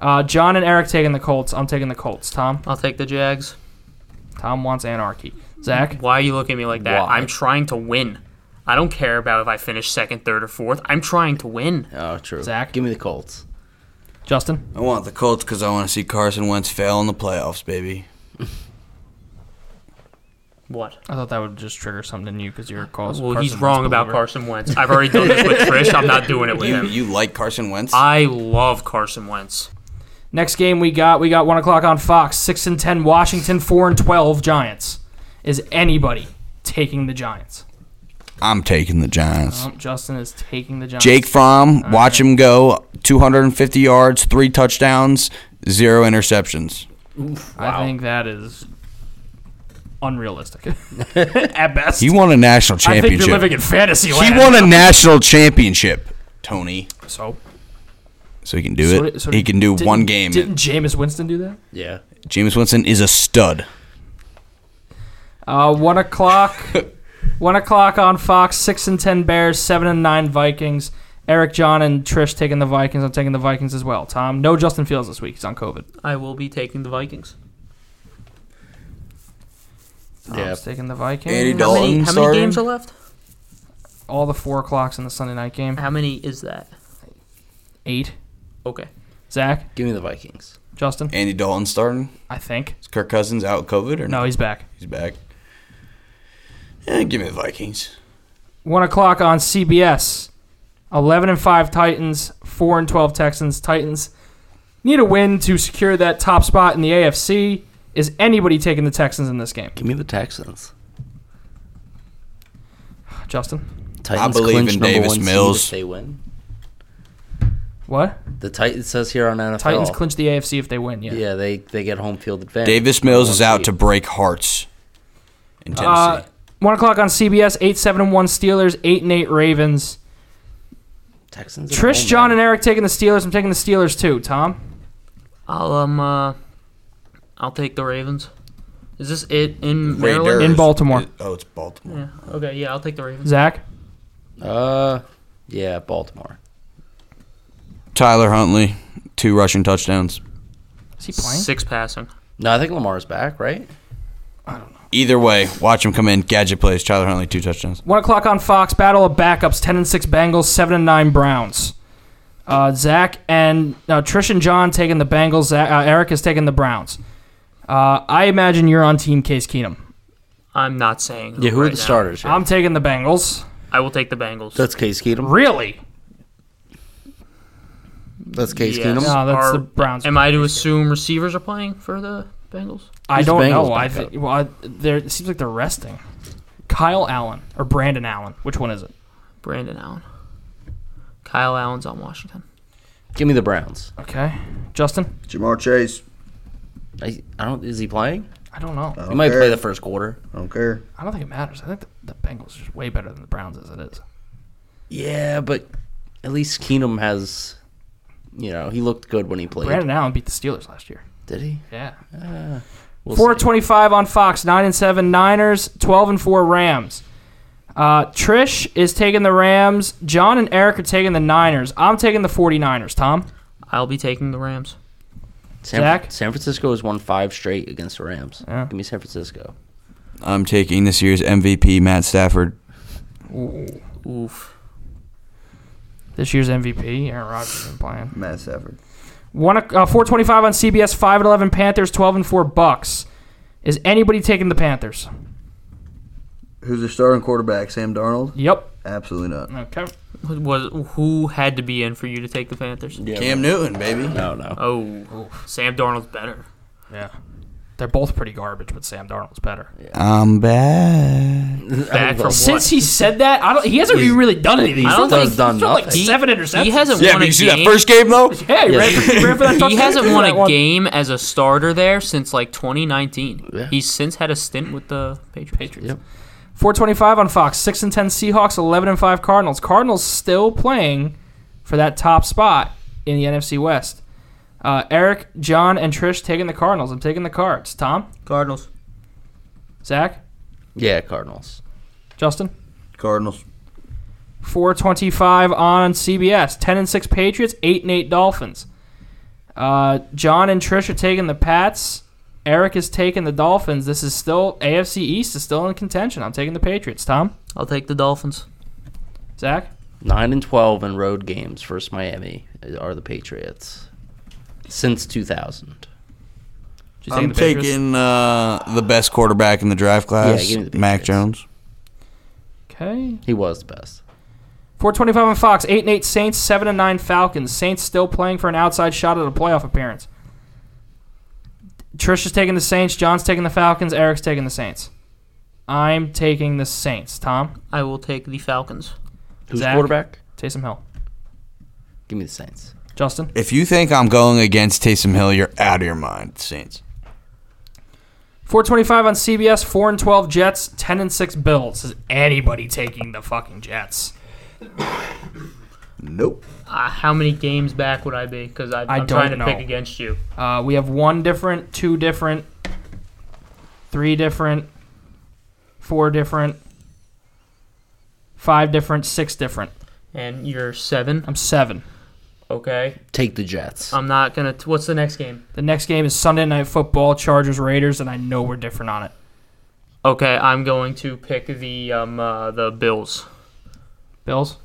[SPEAKER 1] Uh, John and Eric taking the Colts. I'm taking the Colts. Tom.
[SPEAKER 4] I'll take the Jags.
[SPEAKER 1] Tom wants anarchy. Zach.
[SPEAKER 4] Why are you looking at me like that?
[SPEAKER 3] Why?
[SPEAKER 4] I'm trying to win. I don't care about if I finish second, third, or fourth. I'm trying to win.
[SPEAKER 3] Oh, true.
[SPEAKER 1] Zach?
[SPEAKER 3] give me the Colts.
[SPEAKER 1] Justin.
[SPEAKER 2] I want the Colts because I want to see Carson Wentz fail in the playoffs, baby.
[SPEAKER 4] What?
[SPEAKER 1] I thought that would just trigger something in you because you're a Colts.
[SPEAKER 4] Well,
[SPEAKER 1] Carson
[SPEAKER 4] he's
[SPEAKER 1] Wentz
[SPEAKER 4] wrong about
[SPEAKER 1] believer.
[SPEAKER 4] Carson
[SPEAKER 1] <laughs>
[SPEAKER 4] Wentz. I've already done this with Trish. I'm not doing it with
[SPEAKER 2] You,
[SPEAKER 4] him.
[SPEAKER 2] you like Carson Wentz?
[SPEAKER 4] I love Carson Wentz.
[SPEAKER 1] Next game we got we got one o'clock on Fox. Six and ten Washington. Four and twelve Giants. Is anybody taking the Giants?
[SPEAKER 2] I'm taking the Giants.
[SPEAKER 1] Um, Justin is taking the Giants.
[SPEAKER 2] Jake Fromm, watch him go. 250 yards, three touchdowns, zero interceptions.
[SPEAKER 1] I think that is
[SPEAKER 2] <laughs>
[SPEAKER 1] unrealistic at best.
[SPEAKER 2] He won a national
[SPEAKER 1] I think
[SPEAKER 2] championship.
[SPEAKER 1] you're living in fantasy
[SPEAKER 2] he
[SPEAKER 1] land.
[SPEAKER 2] won a national championship, Tony.
[SPEAKER 1] So,
[SPEAKER 2] So he can do
[SPEAKER 1] so
[SPEAKER 2] it.
[SPEAKER 1] did- so
[SPEAKER 2] he
[SPEAKER 1] did-
[SPEAKER 2] can do
[SPEAKER 1] didn't-
[SPEAKER 2] one game.
[SPEAKER 1] Didn't Jameis Winston do that?
[SPEAKER 3] Yeah.
[SPEAKER 2] James Winston is a stud.
[SPEAKER 1] Uh, one o'clock. one o'clock on Fox. Six and ten Bears. Seven and nine Vikings. Eric, John, and Trish taking the Vikings. I'm taking the Vikings as well. Tom, no Justin Fields this week. He's on COVID.
[SPEAKER 4] I will be taking the Vikings.
[SPEAKER 1] Tom's
[SPEAKER 3] Yeah.
[SPEAKER 1] taking the Vikings.
[SPEAKER 5] Andy
[SPEAKER 4] How
[SPEAKER 5] Dalton
[SPEAKER 4] many, how many
[SPEAKER 5] starting?
[SPEAKER 4] games are left?
[SPEAKER 1] All the four o'clocks in the Sunday night game.
[SPEAKER 4] How many is that?
[SPEAKER 1] Eight.
[SPEAKER 4] Okay.
[SPEAKER 1] Zach,
[SPEAKER 3] Give me the Vikings.
[SPEAKER 1] Justin,
[SPEAKER 5] Andy Dalton starting.
[SPEAKER 1] I think.
[SPEAKER 5] Is Kirk Cousins out with COVID or
[SPEAKER 1] No, he's back.
[SPEAKER 5] He's back. Eh, give me the Vikings.
[SPEAKER 1] One o'clock on CBS. Eleven and five Titans, four and twelve Texans. Titans need a win to secure that top spot in the AFC. Is anybody taking the Texans in this game?
[SPEAKER 3] Give me the Texans.
[SPEAKER 1] Justin,
[SPEAKER 3] Titans
[SPEAKER 5] believe
[SPEAKER 3] clinch
[SPEAKER 5] in
[SPEAKER 3] number
[SPEAKER 5] Davis
[SPEAKER 3] one seed
[SPEAKER 5] Mills.
[SPEAKER 3] if they win.
[SPEAKER 1] what?
[SPEAKER 3] The Titans says here on NFL.
[SPEAKER 1] Titans clinch the AFC if they win. Yeah.
[SPEAKER 3] Yeah, they they get home field advantage.
[SPEAKER 2] Davis Mills is
[SPEAKER 3] One
[SPEAKER 2] out
[SPEAKER 3] seed.
[SPEAKER 2] to break hearts in Tennessee.
[SPEAKER 1] Uh, one o'clock on CBS. Eight seven and one Steelers. Eight and eight Ravens.
[SPEAKER 3] Texans. at
[SPEAKER 1] Trish,
[SPEAKER 3] home,
[SPEAKER 1] John,
[SPEAKER 3] man.
[SPEAKER 1] and Eric taking the Steelers. I'm taking the Steelers too. Tom,
[SPEAKER 4] I'll um uh, I'll take the Ravens. Is this it in Maryland?
[SPEAKER 5] Raiders.
[SPEAKER 1] In Baltimore.
[SPEAKER 5] Oh, it's Baltimore.
[SPEAKER 4] Yeah. Okay. Yeah, I'll take the Ravens.
[SPEAKER 1] Zach,
[SPEAKER 3] Uh, yeah, Baltimore.
[SPEAKER 2] Tyler Huntley, two rushing touchdowns.
[SPEAKER 1] is he playing?
[SPEAKER 4] Six passing.
[SPEAKER 3] No, I think Lamar's back, right?
[SPEAKER 2] Either way, watch him come in. Gadget plays. Tyler Huntley, two touchdowns.
[SPEAKER 1] One o'clock on Fox. Battle of backups. Ten and six Bengals. Seven and nine Browns. Uh, Zach and uh, Trish and John taking the Bengals. Zach, uh, Eric is taking the Browns. Uh, I imagine you're on Team Case Keenum.
[SPEAKER 4] I'm not saying.
[SPEAKER 3] Yeah, who are
[SPEAKER 4] right
[SPEAKER 3] the
[SPEAKER 4] now.
[SPEAKER 3] starters? Here?
[SPEAKER 1] I'm taking the Bengals.
[SPEAKER 4] I will take the Bengals.
[SPEAKER 3] That's Case Keenum.
[SPEAKER 1] Really?
[SPEAKER 3] That's Case
[SPEAKER 4] Yes.
[SPEAKER 3] Keenum.
[SPEAKER 1] No, that's
[SPEAKER 4] Are-
[SPEAKER 1] the Browns.
[SPEAKER 4] Am I to assume receivers are playing for the Bengals?
[SPEAKER 1] I
[SPEAKER 3] Who's the
[SPEAKER 1] don't
[SPEAKER 3] Bengals
[SPEAKER 1] know. I
[SPEAKER 3] backup?
[SPEAKER 1] think well, I, they're- it seems like they're resting. Kyle Allen or Brandon Allen? Which one is it?
[SPEAKER 4] Brandon Allen. Kyle Allen's on Washington.
[SPEAKER 3] Give me the Browns.
[SPEAKER 1] Okay, Justin.
[SPEAKER 6] Jamar Chase.
[SPEAKER 3] I, I don't. Is he playing?
[SPEAKER 1] I don't know.
[SPEAKER 6] I
[SPEAKER 3] He
[SPEAKER 6] don't
[SPEAKER 3] might
[SPEAKER 6] care.
[SPEAKER 3] play the first quarter.
[SPEAKER 6] I don't care.
[SPEAKER 1] I don't think it matters. I think the, the Bengals are just way better than the Browns as it is.
[SPEAKER 3] Yeah, but at least Keenum has. You know, he looked good when he played.
[SPEAKER 1] Brandon Allen beat the Steelers last year.
[SPEAKER 3] Did he?
[SPEAKER 1] Yeah.
[SPEAKER 3] Uh, We'll
[SPEAKER 1] Four
[SPEAKER 3] see.
[SPEAKER 1] twenty-five on Fox. Nine and seven Niners. Twelve and four Rams. Uh, Trish is taking the Rams. John and Eric are taking the Niners. I'm taking the 49ers. Tom,
[SPEAKER 4] I'll be taking the Rams.
[SPEAKER 3] San,
[SPEAKER 1] Zach?
[SPEAKER 3] San Francisco has won five straight against the Rams.
[SPEAKER 1] Yeah.
[SPEAKER 3] Give me San Francisco.
[SPEAKER 2] I'm taking this year's MVP, Matt Stafford.
[SPEAKER 4] Oof.
[SPEAKER 1] this year's MVP. Aaron Rodgers is playing.
[SPEAKER 6] Matt Stafford.
[SPEAKER 1] One o- uh, 425 on CBS. Five and 11 Panthers. 12 and four Bucks. Is anybody taking the Panthers?
[SPEAKER 6] Who's their starting quarterback? Sam Darnold?
[SPEAKER 1] Yep.
[SPEAKER 6] Absolutely not.
[SPEAKER 1] Okay.
[SPEAKER 4] Was who had to be in for you to take the Panthers?
[SPEAKER 5] Cam Newton, baby.
[SPEAKER 3] No, no.
[SPEAKER 4] Oh, Sam Darnold's better.
[SPEAKER 1] Yeah. They're both pretty garbage, but Sam Darnold's better.
[SPEAKER 2] I'm back.
[SPEAKER 4] Back from
[SPEAKER 1] Since he said that, I don't. He hasn't even really done anything. He's
[SPEAKER 4] I don't
[SPEAKER 1] thrown
[SPEAKER 4] think
[SPEAKER 1] like,
[SPEAKER 3] he's done
[SPEAKER 1] he's thrown, like,
[SPEAKER 3] nothing.
[SPEAKER 1] seven interceptions.
[SPEAKER 4] He hasn't
[SPEAKER 2] Yeah,
[SPEAKER 4] won
[SPEAKER 2] but
[SPEAKER 4] a
[SPEAKER 2] you see
[SPEAKER 4] game.
[SPEAKER 2] that first game though?
[SPEAKER 1] Yeah, he ran for- he ran for
[SPEAKER 4] <laughs>
[SPEAKER 1] that
[SPEAKER 4] he
[SPEAKER 1] touchdown.
[SPEAKER 4] hasn't
[SPEAKER 1] He
[SPEAKER 4] won
[SPEAKER 1] ran
[SPEAKER 4] a
[SPEAKER 1] one.
[SPEAKER 4] game as a starter there since like 2019.
[SPEAKER 3] Yeah.
[SPEAKER 4] He's since had a stint with the Patriots.
[SPEAKER 3] Yep.
[SPEAKER 1] 425 on Fox. 6 and 10 Seahawks, 11 and 5 Cardinals. Cardinals still playing for that top spot in the NFC West. Uh, Eric, John, and Trish taking the Cardinals. I'm taking the Cards. Tom,
[SPEAKER 4] Cardinals.
[SPEAKER 1] Zach,
[SPEAKER 3] Yeah, Cardinals.
[SPEAKER 1] Justin.
[SPEAKER 6] Cardinals.
[SPEAKER 1] 425 on CBS. 10 and 6 Patriots, 8 and 8 Dolphins. Uh, John and Trish are taking the Pats. Eric is taking the Dolphins. This is still AFC East is still in contention. I'm taking the Patriots. Tom,
[SPEAKER 4] I'll take the Dolphins.
[SPEAKER 1] Zach,
[SPEAKER 3] Nine and twelve in road games versus Miami are the Patriots since 2000.
[SPEAKER 1] just
[SPEAKER 2] I'm
[SPEAKER 1] the Patriots?
[SPEAKER 2] taking uh, the best quarterback in the draft
[SPEAKER 3] Yeah,
[SPEAKER 2] class,
[SPEAKER 3] give me the
[SPEAKER 2] Mac
[SPEAKER 3] Patriots.
[SPEAKER 2] Jones.
[SPEAKER 1] Okay.
[SPEAKER 3] He was the best.
[SPEAKER 1] 425 on Fox. 8 and 8 Saints, 7 and 9 Falcons. Saints still playing for an outside shot at a playoff appearance. Trish is taking the Saints. John's taking the Falcons. Eric's taking the Saints. I'm taking the Saints. Tom,
[SPEAKER 4] I will take the Falcons.
[SPEAKER 3] Who's
[SPEAKER 1] Zach?
[SPEAKER 3] quarterback?
[SPEAKER 1] Taysom Hill.
[SPEAKER 3] Give me the Saints.
[SPEAKER 1] Justin,
[SPEAKER 2] If you think I'm going against Taysom Hill, you're out of your mind, Saints.
[SPEAKER 1] 425 on CBS, 4 and 12 Jets, 10 and 6 Bills. Is anybody taking the fucking Jets?
[SPEAKER 2] Nope.
[SPEAKER 4] Uh, how many games back would I be? Because I'm
[SPEAKER 1] I don't
[SPEAKER 4] trying to
[SPEAKER 1] know.
[SPEAKER 4] pick against you.
[SPEAKER 1] Uh, we have one different, two different, three different, four different, five different, six different.
[SPEAKER 4] And you're seven.
[SPEAKER 1] I'm seven.
[SPEAKER 4] Okay.
[SPEAKER 3] Take the Jets.
[SPEAKER 1] Uh,
[SPEAKER 4] I'm not gonna. T- what's the next game?
[SPEAKER 1] The next game is Sunday Night Football, Chargers Raiders, and I know we're different on it.
[SPEAKER 4] Okay, I'm going to pick the um uh, the Bills.
[SPEAKER 1] Bills,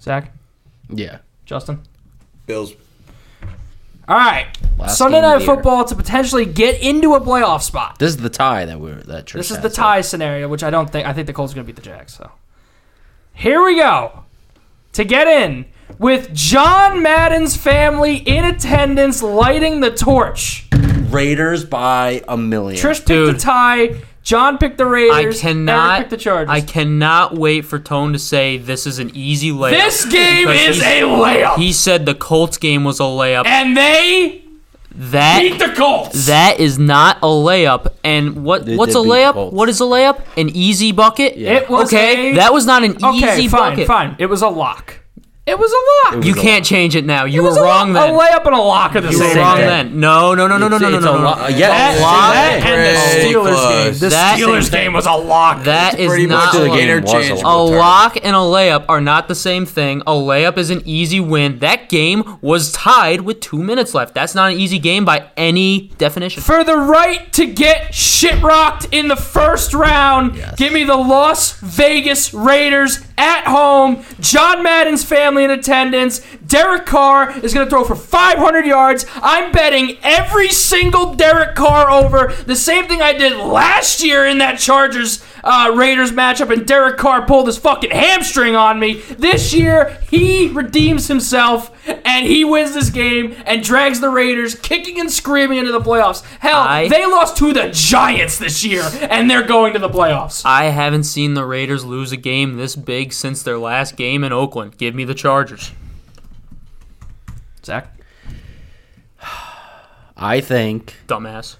[SPEAKER 1] Zach,
[SPEAKER 3] yeah.
[SPEAKER 1] Justin.
[SPEAKER 5] Bills.
[SPEAKER 1] All right.
[SPEAKER 3] Last
[SPEAKER 1] Sunday
[SPEAKER 3] game of
[SPEAKER 1] Night
[SPEAKER 3] the year.
[SPEAKER 1] Football to potentially get into a playoff spot.
[SPEAKER 3] This is the tie that we're that. Trish
[SPEAKER 1] This is
[SPEAKER 3] had,
[SPEAKER 1] the
[SPEAKER 3] so-
[SPEAKER 1] tie scenario, which I don't think. I think the Colts are going to beat the Jags. So here we go to get in with John Madden's family in attendance, lighting the torch.
[SPEAKER 3] Raiders by a million.
[SPEAKER 1] Trish picked
[SPEAKER 4] Dude.
[SPEAKER 1] the tie. John picked the Raiders.
[SPEAKER 4] I
[SPEAKER 1] Eric
[SPEAKER 4] cannot.
[SPEAKER 1] picked the Chargers.
[SPEAKER 4] I cannot wait for Tone to say this is an easy layup. <laughs>
[SPEAKER 1] this game
[SPEAKER 4] Because
[SPEAKER 1] is
[SPEAKER 4] he-
[SPEAKER 1] a layup,
[SPEAKER 4] He said the Colts game was a layup.
[SPEAKER 1] and they beat
[SPEAKER 4] that
[SPEAKER 1] the Colts.
[SPEAKER 4] that is not a layup. And what
[SPEAKER 3] They
[SPEAKER 4] what's a
[SPEAKER 3] did beat the
[SPEAKER 4] layup?
[SPEAKER 3] Colts.
[SPEAKER 4] What is a layup? An easy bucket.
[SPEAKER 1] It was
[SPEAKER 4] okay,
[SPEAKER 1] a-
[SPEAKER 4] that was not an
[SPEAKER 1] Okay,
[SPEAKER 4] easy
[SPEAKER 1] fine,
[SPEAKER 4] bucket.
[SPEAKER 1] fine. It was a lock. It was a lock.
[SPEAKER 4] You
[SPEAKER 3] was a
[SPEAKER 4] can't change it now. You
[SPEAKER 1] It
[SPEAKER 4] were
[SPEAKER 1] was a
[SPEAKER 4] wrong
[SPEAKER 1] lock-
[SPEAKER 4] then.
[SPEAKER 1] A layup and a lock are the
[SPEAKER 4] You were
[SPEAKER 1] same.
[SPEAKER 4] wrong
[SPEAKER 1] thing.
[SPEAKER 4] then. No, no, no, no, no, no, no,
[SPEAKER 3] It's a
[SPEAKER 4] no,
[SPEAKER 3] lo-
[SPEAKER 4] no.
[SPEAKER 3] yeah,
[SPEAKER 1] That,
[SPEAKER 3] it's
[SPEAKER 1] that
[SPEAKER 3] a lie.
[SPEAKER 1] and the
[SPEAKER 2] Great
[SPEAKER 1] Steelers
[SPEAKER 2] plus.
[SPEAKER 1] game. The
[SPEAKER 4] That-
[SPEAKER 1] Steelers game was a lock.
[SPEAKER 4] That
[SPEAKER 5] Pretty
[SPEAKER 4] is
[SPEAKER 5] much
[SPEAKER 4] not
[SPEAKER 5] an
[SPEAKER 4] a layup.
[SPEAKER 3] game was a
[SPEAKER 5] interchangeable
[SPEAKER 4] A
[SPEAKER 5] term.
[SPEAKER 4] lock and a layup are not the same thing. A layup is an easy win. That game was tied with two minutes left. That's not an easy game by any definition.
[SPEAKER 1] for the right to get shit rocked in the first round. Give me the Las Vegas Raiders at home. John Madden's family in attendance. Derek Carr is going to throw for 500 yards. I'm betting every single Derek Carr over. The same thing I did last year in that Chargers uh, Raiders matchup, and Derek Carr pulled his fucking hamstring on me. This year, he redeems himself and he wins this game and drags the Raiders kicking and screaming into the playoffs. Hell,
[SPEAKER 4] I-
[SPEAKER 1] they lost to the Giants this year and they're going to the playoffs.
[SPEAKER 4] I haven't seen the Raiders lose a game this big since their last game in Oakland. Give me the Chargers.
[SPEAKER 1] Zach,
[SPEAKER 3] I think.
[SPEAKER 4] Dumbass.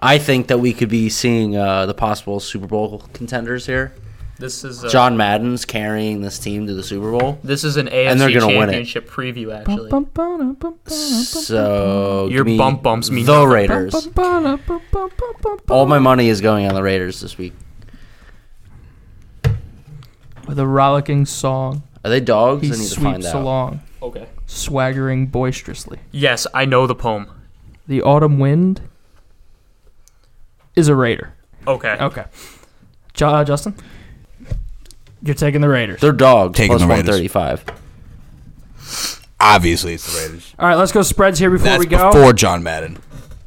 [SPEAKER 3] I think that we could be seeing uh, the possible Super Bowl contenders here.
[SPEAKER 4] This is uh,
[SPEAKER 3] John Madden's carrying this team to the Super Bowl.
[SPEAKER 4] This is an AFC
[SPEAKER 3] they're gonna win it.
[SPEAKER 4] championship preview actually.
[SPEAKER 3] So
[SPEAKER 4] Your
[SPEAKER 3] give me
[SPEAKER 4] bump bumps mean
[SPEAKER 3] the
[SPEAKER 4] nothing.
[SPEAKER 3] Raiders. All my money is going on the Raiders this week.
[SPEAKER 1] with a rollicking song,
[SPEAKER 3] Are they dogs? I need to find out.
[SPEAKER 1] along,
[SPEAKER 4] Okay.
[SPEAKER 1] swaggering boisterously.
[SPEAKER 4] Yes, I know the poem.
[SPEAKER 1] The autumn wind is a Raider.
[SPEAKER 4] Okay.
[SPEAKER 1] Okay. Ju- uh, Justin? You're taking the Raiders.
[SPEAKER 3] They're dogs.
[SPEAKER 2] Taking
[SPEAKER 3] plus
[SPEAKER 2] the Raiders.
[SPEAKER 3] 135.
[SPEAKER 2] Obviously, it's the Raiders.
[SPEAKER 1] All right, let's go spreads here before
[SPEAKER 2] That's
[SPEAKER 1] we go.
[SPEAKER 2] before John Madden.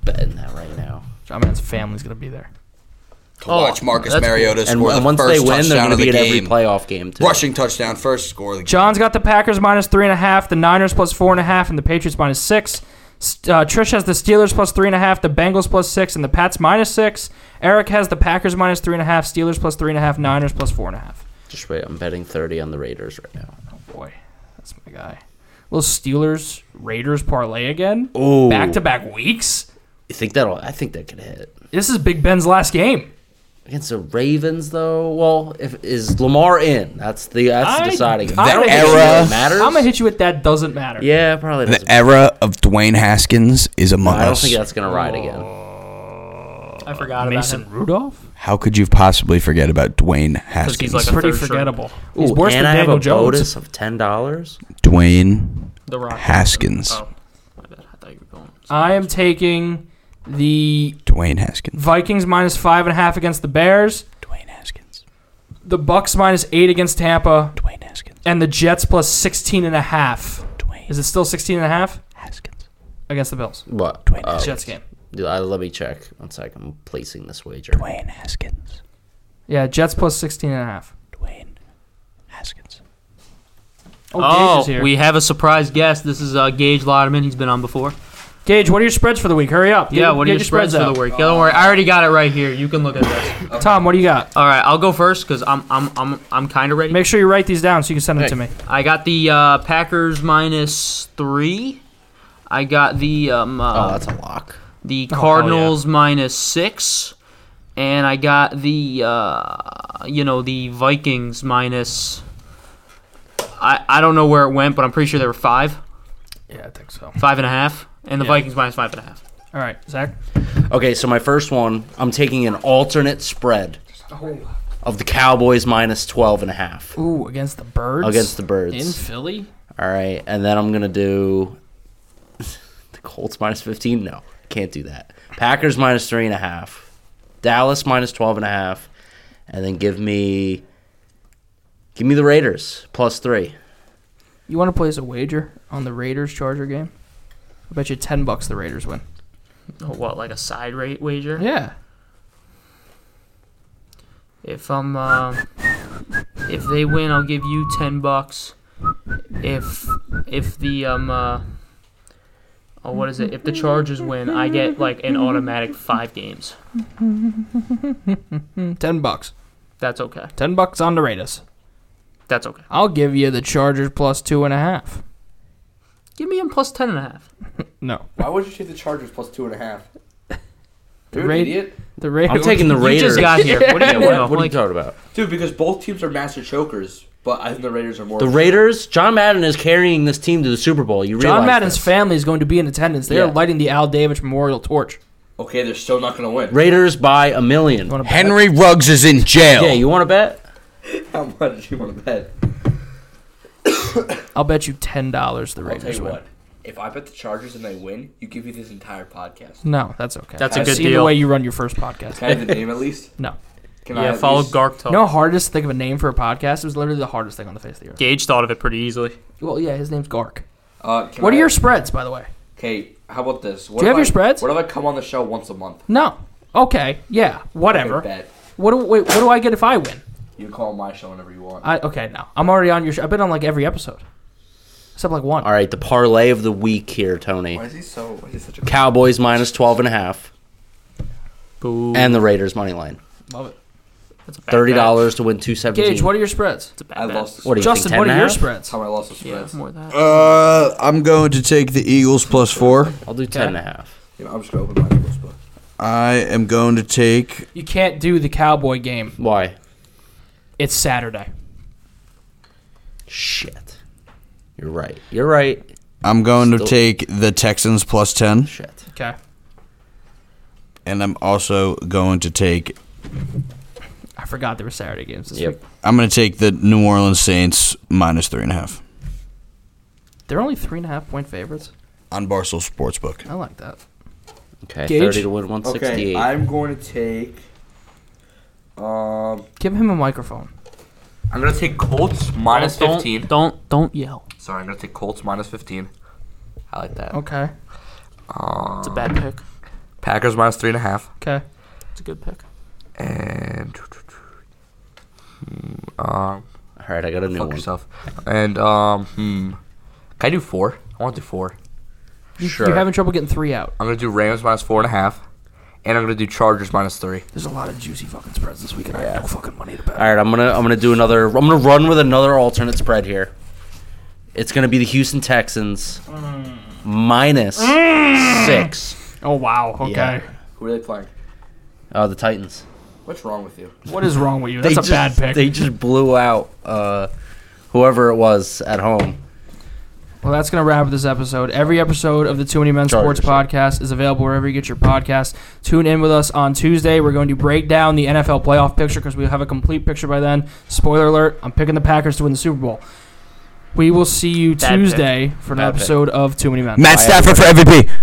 [SPEAKER 3] Betting that right now.
[SPEAKER 1] John Madden's family's going to be there.
[SPEAKER 5] To watch Marcus
[SPEAKER 4] that's
[SPEAKER 5] Mariota
[SPEAKER 3] And,
[SPEAKER 5] score
[SPEAKER 3] and
[SPEAKER 5] the
[SPEAKER 3] once
[SPEAKER 5] first
[SPEAKER 3] they win, they're
[SPEAKER 5] touchdown
[SPEAKER 3] going to
[SPEAKER 5] of the
[SPEAKER 3] be at every
[SPEAKER 5] game.
[SPEAKER 3] playoff game. Too.
[SPEAKER 5] Rushing touchdown first score of the game.
[SPEAKER 1] John's got the Packers minus three and a half, the Niners plus four and a half, and the Patriots minus six. St- Uh, Trish has the Steelers plus three and a half, the Bengals plus six, and the Pats minus six. Eric has the Packers minus three and a half, Steelers plus three and a half, Niners plus four and a half.
[SPEAKER 3] Just wait. I'm betting 30 on the Raiders right now.
[SPEAKER 1] Boy, that's my guy. Little Steelers Raiders parlay again.
[SPEAKER 3] Ooh.
[SPEAKER 1] Back to back weeks.
[SPEAKER 3] You think that'll? I think that could hit
[SPEAKER 1] This is Big Ben's last game.
[SPEAKER 3] against the Ravens though. Well, if is Lamar in? That's the that's
[SPEAKER 1] I-
[SPEAKER 3] the deciding.
[SPEAKER 1] I'm
[SPEAKER 3] That
[SPEAKER 1] gonna
[SPEAKER 2] hit you.
[SPEAKER 3] really matters.
[SPEAKER 1] I'm gonna hit you with that. Doesn't matter.
[SPEAKER 3] Yeah, probably. Doesn't.
[SPEAKER 2] The era of Dwayne Haskins is among
[SPEAKER 3] I don't
[SPEAKER 2] us.
[SPEAKER 3] think that's gonna ride again.
[SPEAKER 4] I forgot
[SPEAKER 1] Mason Rudolph.
[SPEAKER 2] How could you possibly forget about Dwayne
[SPEAKER 4] because
[SPEAKER 2] Haskins?
[SPEAKER 4] he's like a
[SPEAKER 1] Pretty
[SPEAKER 4] third string.
[SPEAKER 1] forgettable.
[SPEAKER 3] Ooh, and I have a bonus of ten dollars.
[SPEAKER 2] Dwayne
[SPEAKER 4] The Rock.
[SPEAKER 2] Haskins.
[SPEAKER 4] Oh, my bad. I thought you were going.
[SPEAKER 1] I am taking the
[SPEAKER 2] Dwayne Haskins.
[SPEAKER 1] Vikings minus five and a half against the Bears,
[SPEAKER 2] Dwayne Haskins.
[SPEAKER 1] the Bucks minus eight against Tampa,
[SPEAKER 2] Dwayne Haskins.
[SPEAKER 1] and the Jets plus 16 and a half.
[SPEAKER 2] Dwayne
[SPEAKER 1] Is it still 16 and a half
[SPEAKER 2] Haskins.
[SPEAKER 1] against the Bills?
[SPEAKER 3] What?
[SPEAKER 2] Dwayne
[SPEAKER 3] Oh,
[SPEAKER 1] Jets game.
[SPEAKER 3] dude, I- let me check. One sec. I'm placing this wager.
[SPEAKER 2] Dwayne Haskins.
[SPEAKER 1] Yeah, Jets plus 16 and a half.
[SPEAKER 2] Dwayne Haskins.
[SPEAKER 1] Gage
[SPEAKER 4] Oh,
[SPEAKER 1] is here.
[SPEAKER 4] we have a surprise guest. This is uh, Gage Lauderman. He's been on before.
[SPEAKER 1] Gage, what are your spreads for the week? Hurry up.
[SPEAKER 4] Yeah, what are
[SPEAKER 1] Get
[SPEAKER 4] your spreads for
[SPEAKER 1] out.
[SPEAKER 4] the week? Yeah, don't worry, I already got it right here. You can look at this.
[SPEAKER 1] Tom, what do you got?
[SPEAKER 4] All right, I'll go first because I'm I'm I'm I'm kind of ready.
[SPEAKER 1] Make sure you write these down so you can send them
[SPEAKER 3] Hey.
[SPEAKER 1] to me.
[SPEAKER 4] I got the uh, Packers minus three. I got the um,
[SPEAKER 3] Oh,
[SPEAKER 4] uh,
[SPEAKER 3] that's a lock.
[SPEAKER 4] the
[SPEAKER 1] Oh, hell
[SPEAKER 4] Cardinals minus six, and I got the uh, you know the Vikings minus. I I don't know where it went, but I'm pretty sure there were five,
[SPEAKER 1] Yeah, I think so.
[SPEAKER 4] five and a half, and the Vikings minus five and a half.
[SPEAKER 1] All right, Zach.
[SPEAKER 3] Okay, so my first one, I'm taking an alternate spread of the Cowboys minus 12 and a half.
[SPEAKER 1] Ooh, against the birds.
[SPEAKER 3] Against the Birds.
[SPEAKER 1] in Philly.
[SPEAKER 3] All right, and then I'm gonna do <laughs> the Colts minus fifteen. No, can't do that. Packers minus three and a half. Dallas minus twelve and a half, and then give me give me the Raiders plus three.
[SPEAKER 1] You want to place a wager on the Raiders Charger game? I bet you ten bucks the Raiders win.
[SPEAKER 4] Oh, What like a side rate wager?
[SPEAKER 1] Yeah.
[SPEAKER 4] If I'm, um, if they win, I'll give you ten bucks. If if the um, uh, oh, what is it? If the Chargers win, I get like an automatic five games.
[SPEAKER 1] Ten bucks.
[SPEAKER 4] That's okay.
[SPEAKER 1] Ten bucks on the Raiders.
[SPEAKER 4] That's okay.
[SPEAKER 1] I'll give you the Chargers plus two and a half.
[SPEAKER 4] Give me him plus ten and a half.
[SPEAKER 1] No.
[SPEAKER 7] Why would you take the Chargers plus two and a half? You're
[SPEAKER 1] Ra-
[SPEAKER 7] an idiot.
[SPEAKER 1] The Raiders.
[SPEAKER 3] I'm
[SPEAKER 1] <laughs>
[SPEAKER 3] taking the
[SPEAKER 4] You
[SPEAKER 3] Raiders.
[SPEAKER 4] just got
[SPEAKER 3] <laughs>
[SPEAKER 4] here. What do you
[SPEAKER 3] what,
[SPEAKER 4] know?
[SPEAKER 3] what are you
[SPEAKER 4] Like,
[SPEAKER 3] talking about?
[SPEAKER 7] Dude, because both teams are master chokers, but I think the Raiders are more.
[SPEAKER 3] The Raiders. John Madden is carrying this team to the Super Bowl. You realize
[SPEAKER 1] John Madden's
[SPEAKER 3] this.
[SPEAKER 1] family is going to be in attendance. They are
[SPEAKER 3] Yeah.
[SPEAKER 1] lighting the Al Davis Memorial Torch.
[SPEAKER 7] Okay, they're still not going to win.
[SPEAKER 3] Raiders by a million.
[SPEAKER 1] You want to
[SPEAKER 2] Henry Ruggs is in jail.
[SPEAKER 3] Yeah, you want to bet?
[SPEAKER 7] How much do you want to bet?
[SPEAKER 1] I'll bet you ten dollars the
[SPEAKER 7] I'll tell
[SPEAKER 1] Raiders
[SPEAKER 7] you
[SPEAKER 1] win.
[SPEAKER 7] what. If I bet the Chargers and they win, you give me this entire
[SPEAKER 1] <laughs>
[SPEAKER 7] podcast.
[SPEAKER 1] No, that's okay.
[SPEAKER 4] That's
[SPEAKER 7] a
[SPEAKER 1] I've
[SPEAKER 7] good
[SPEAKER 1] seen the
[SPEAKER 4] deal.
[SPEAKER 1] way you run your first podcast.
[SPEAKER 7] Can I have the name at least?
[SPEAKER 1] No.
[SPEAKER 7] Can I
[SPEAKER 4] yeah,
[SPEAKER 7] at
[SPEAKER 4] follow
[SPEAKER 7] least-
[SPEAKER 4] Gark Talk.
[SPEAKER 1] You know how hard it is to think of a name for a podcast? It was literally the hardest thing on the face of the earth.
[SPEAKER 4] Gage thought of it pretty easily.
[SPEAKER 1] Well, yeah, his name's Gark.
[SPEAKER 7] Uh, can
[SPEAKER 1] What
[SPEAKER 7] I-
[SPEAKER 1] are your spreads, by the way?
[SPEAKER 7] Okay, how about this? What
[SPEAKER 1] Do you
[SPEAKER 7] if
[SPEAKER 1] have your
[SPEAKER 7] I-
[SPEAKER 1] spreads?
[SPEAKER 7] What if I come on the show once a month?
[SPEAKER 1] No. Okay. Yeah.
[SPEAKER 7] I
[SPEAKER 1] Whatever.
[SPEAKER 7] bet.
[SPEAKER 1] What do wait, What do I get if I win?
[SPEAKER 7] You can call my show whenever you want.
[SPEAKER 1] I okay. No, I'm already on your. Sh- I've been on like every episode, except like one.
[SPEAKER 3] All right, the parlay of the week here, Tony.
[SPEAKER 7] is he so? Why is he such a?
[SPEAKER 3] Cowboys minus 12 and a half,
[SPEAKER 4] Boo.
[SPEAKER 3] and the Raiders money line.
[SPEAKER 1] Love it.
[SPEAKER 4] That's a bad
[SPEAKER 3] Thirty
[SPEAKER 4] bet.
[SPEAKER 3] dollars to win two seventeen.
[SPEAKER 1] Gage, what are your spreads?
[SPEAKER 4] That's a bad
[SPEAKER 7] I
[SPEAKER 4] bet.
[SPEAKER 7] lost. The
[SPEAKER 3] What do you
[SPEAKER 1] Justin,
[SPEAKER 3] think,
[SPEAKER 1] what
[SPEAKER 3] 10
[SPEAKER 1] are
[SPEAKER 3] and a
[SPEAKER 1] your
[SPEAKER 3] half?
[SPEAKER 1] spreads?
[SPEAKER 7] That's how I lost the
[SPEAKER 4] Yeah,
[SPEAKER 7] spreads.
[SPEAKER 4] more than that.
[SPEAKER 6] Uh, I'm going to take the Eagles plus four.
[SPEAKER 3] I'll do ten and a half.
[SPEAKER 7] You know, I'm just gonna open my Eagles book.
[SPEAKER 6] I am going to take.
[SPEAKER 1] You can't do the Cowboy game.
[SPEAKER 3] Why?
[SPEAKER 1] It's Saturday.
[SPEAKER 3] Shit. You're right. You're right.
[SPEAKER 6] I'm going to
[SPEAKER 3] Still-
[SPEAKER 6] take the Texans plus ten,
[SPEAKER 3] Shit.
[SPEAKER 1] Okay.
[SPEAKER 6] and I'm also going to take.
[SPEAKER 1] I forgot there were Saturday games this
[SPEAKER 3] Yep.
[SPEAKER 1] week.
[SPEAKER 6] I'm going to take the New Orleans Saints minus three and a half
[SPEAKER 1] They're only three and a half point favorites.
[SPEAKER 6] on Barstool Sportsbook.
[SPEAKER 1] I like that.
[SPEAKER 3] Okay.
[SPEAKER 1] Gage?
[SPEAKER 3] Thirty to win one
[SPEAKER 7] Okay,
[SPEAKER 3] sixty-eight.
[SPEAKER 7] I'm going to take. Um,
[SPEAKER 1] Give him a microphone.
[SPEAKER 7] I'm gonna take Colts minus
[SPEAKER 4] Don't-
[SPEAKER 7] fifteen.
[SPEAKER 4] Don't don't yell.
[SPEAKER 7] Sorry, I'm gonna take Colts minus fifteen. I like that.
[SPEAKER 1] Okay.
[SPEAKER 4] It's a bad pick.
[SPEAKER 7] Packers minus three and a half,
[SPEAKER 1] Okay.
[SPEAKER 4] It's a good pick.
[SPEAKER 7] and um,
[SPEAKER 3] All right, I got a new
[SPEAKER 7] fuck
[SPEAKER 3] one.
[SPEAKER 7] yourself. And um, hmm, can I do four? I want to do four.
[SPEAKER 1] You,
[SPEAKER 3] Sure.
[SPEAKER 1] You're having trouble getting three out.
[SPEAKER 7] I'm gonna do Rams minus four and a half, and I'm gonna do Chargers minus three.
[SPEAKER 1] There's a lot of juicy fucking spreads this week, and I have no fucking money to bet.
[SPEAKER 3] All right, I'm gonna I'm gonna do another. I'm gonna run with another alternate spread here. It's gonna be the Houston Texans
[SPEAKER 1] Mm.
[SPEAKER 3] minus six.
[SPEAKER 1] Oh wow. Okay.
[SPEAKER 3] Yeah.
[SPEAKER 7] Who are they playing?
[SPEAKER 3] Uh, the Titans.
[SPEAKER 7] What's wrong with you?
[SPEAKER 1] What is wrong with you? That's a
[SPEAKER 3] just,
[SPEAKER 1] bad pick.
[SPEAKER 3] They just blew out uh, whoever it was at home.
[SPEAKER 1] Well, that's going to wrap up this episode. Every episode of the Too Many Men
[SPEAKER 3] Chargers,
[SPEAKER 1] Sports Podcast is available wherever you get your podcast. Tune in with us on Tuesday. We're going to break down the NFL playoff picture because we'll have a complete picture by then. Spoiler alert, I'm picking the Packers to win the Super Bowl. We will see you
[SPEAKER 4] Bad pick.
[SPEAKER 1] Tuesday for an
[SPEAKER 3] Bad pick.
[SPEAKER 1] episode of Too Many Men.
[SPEAKER 6] Matt Stafford for MVP.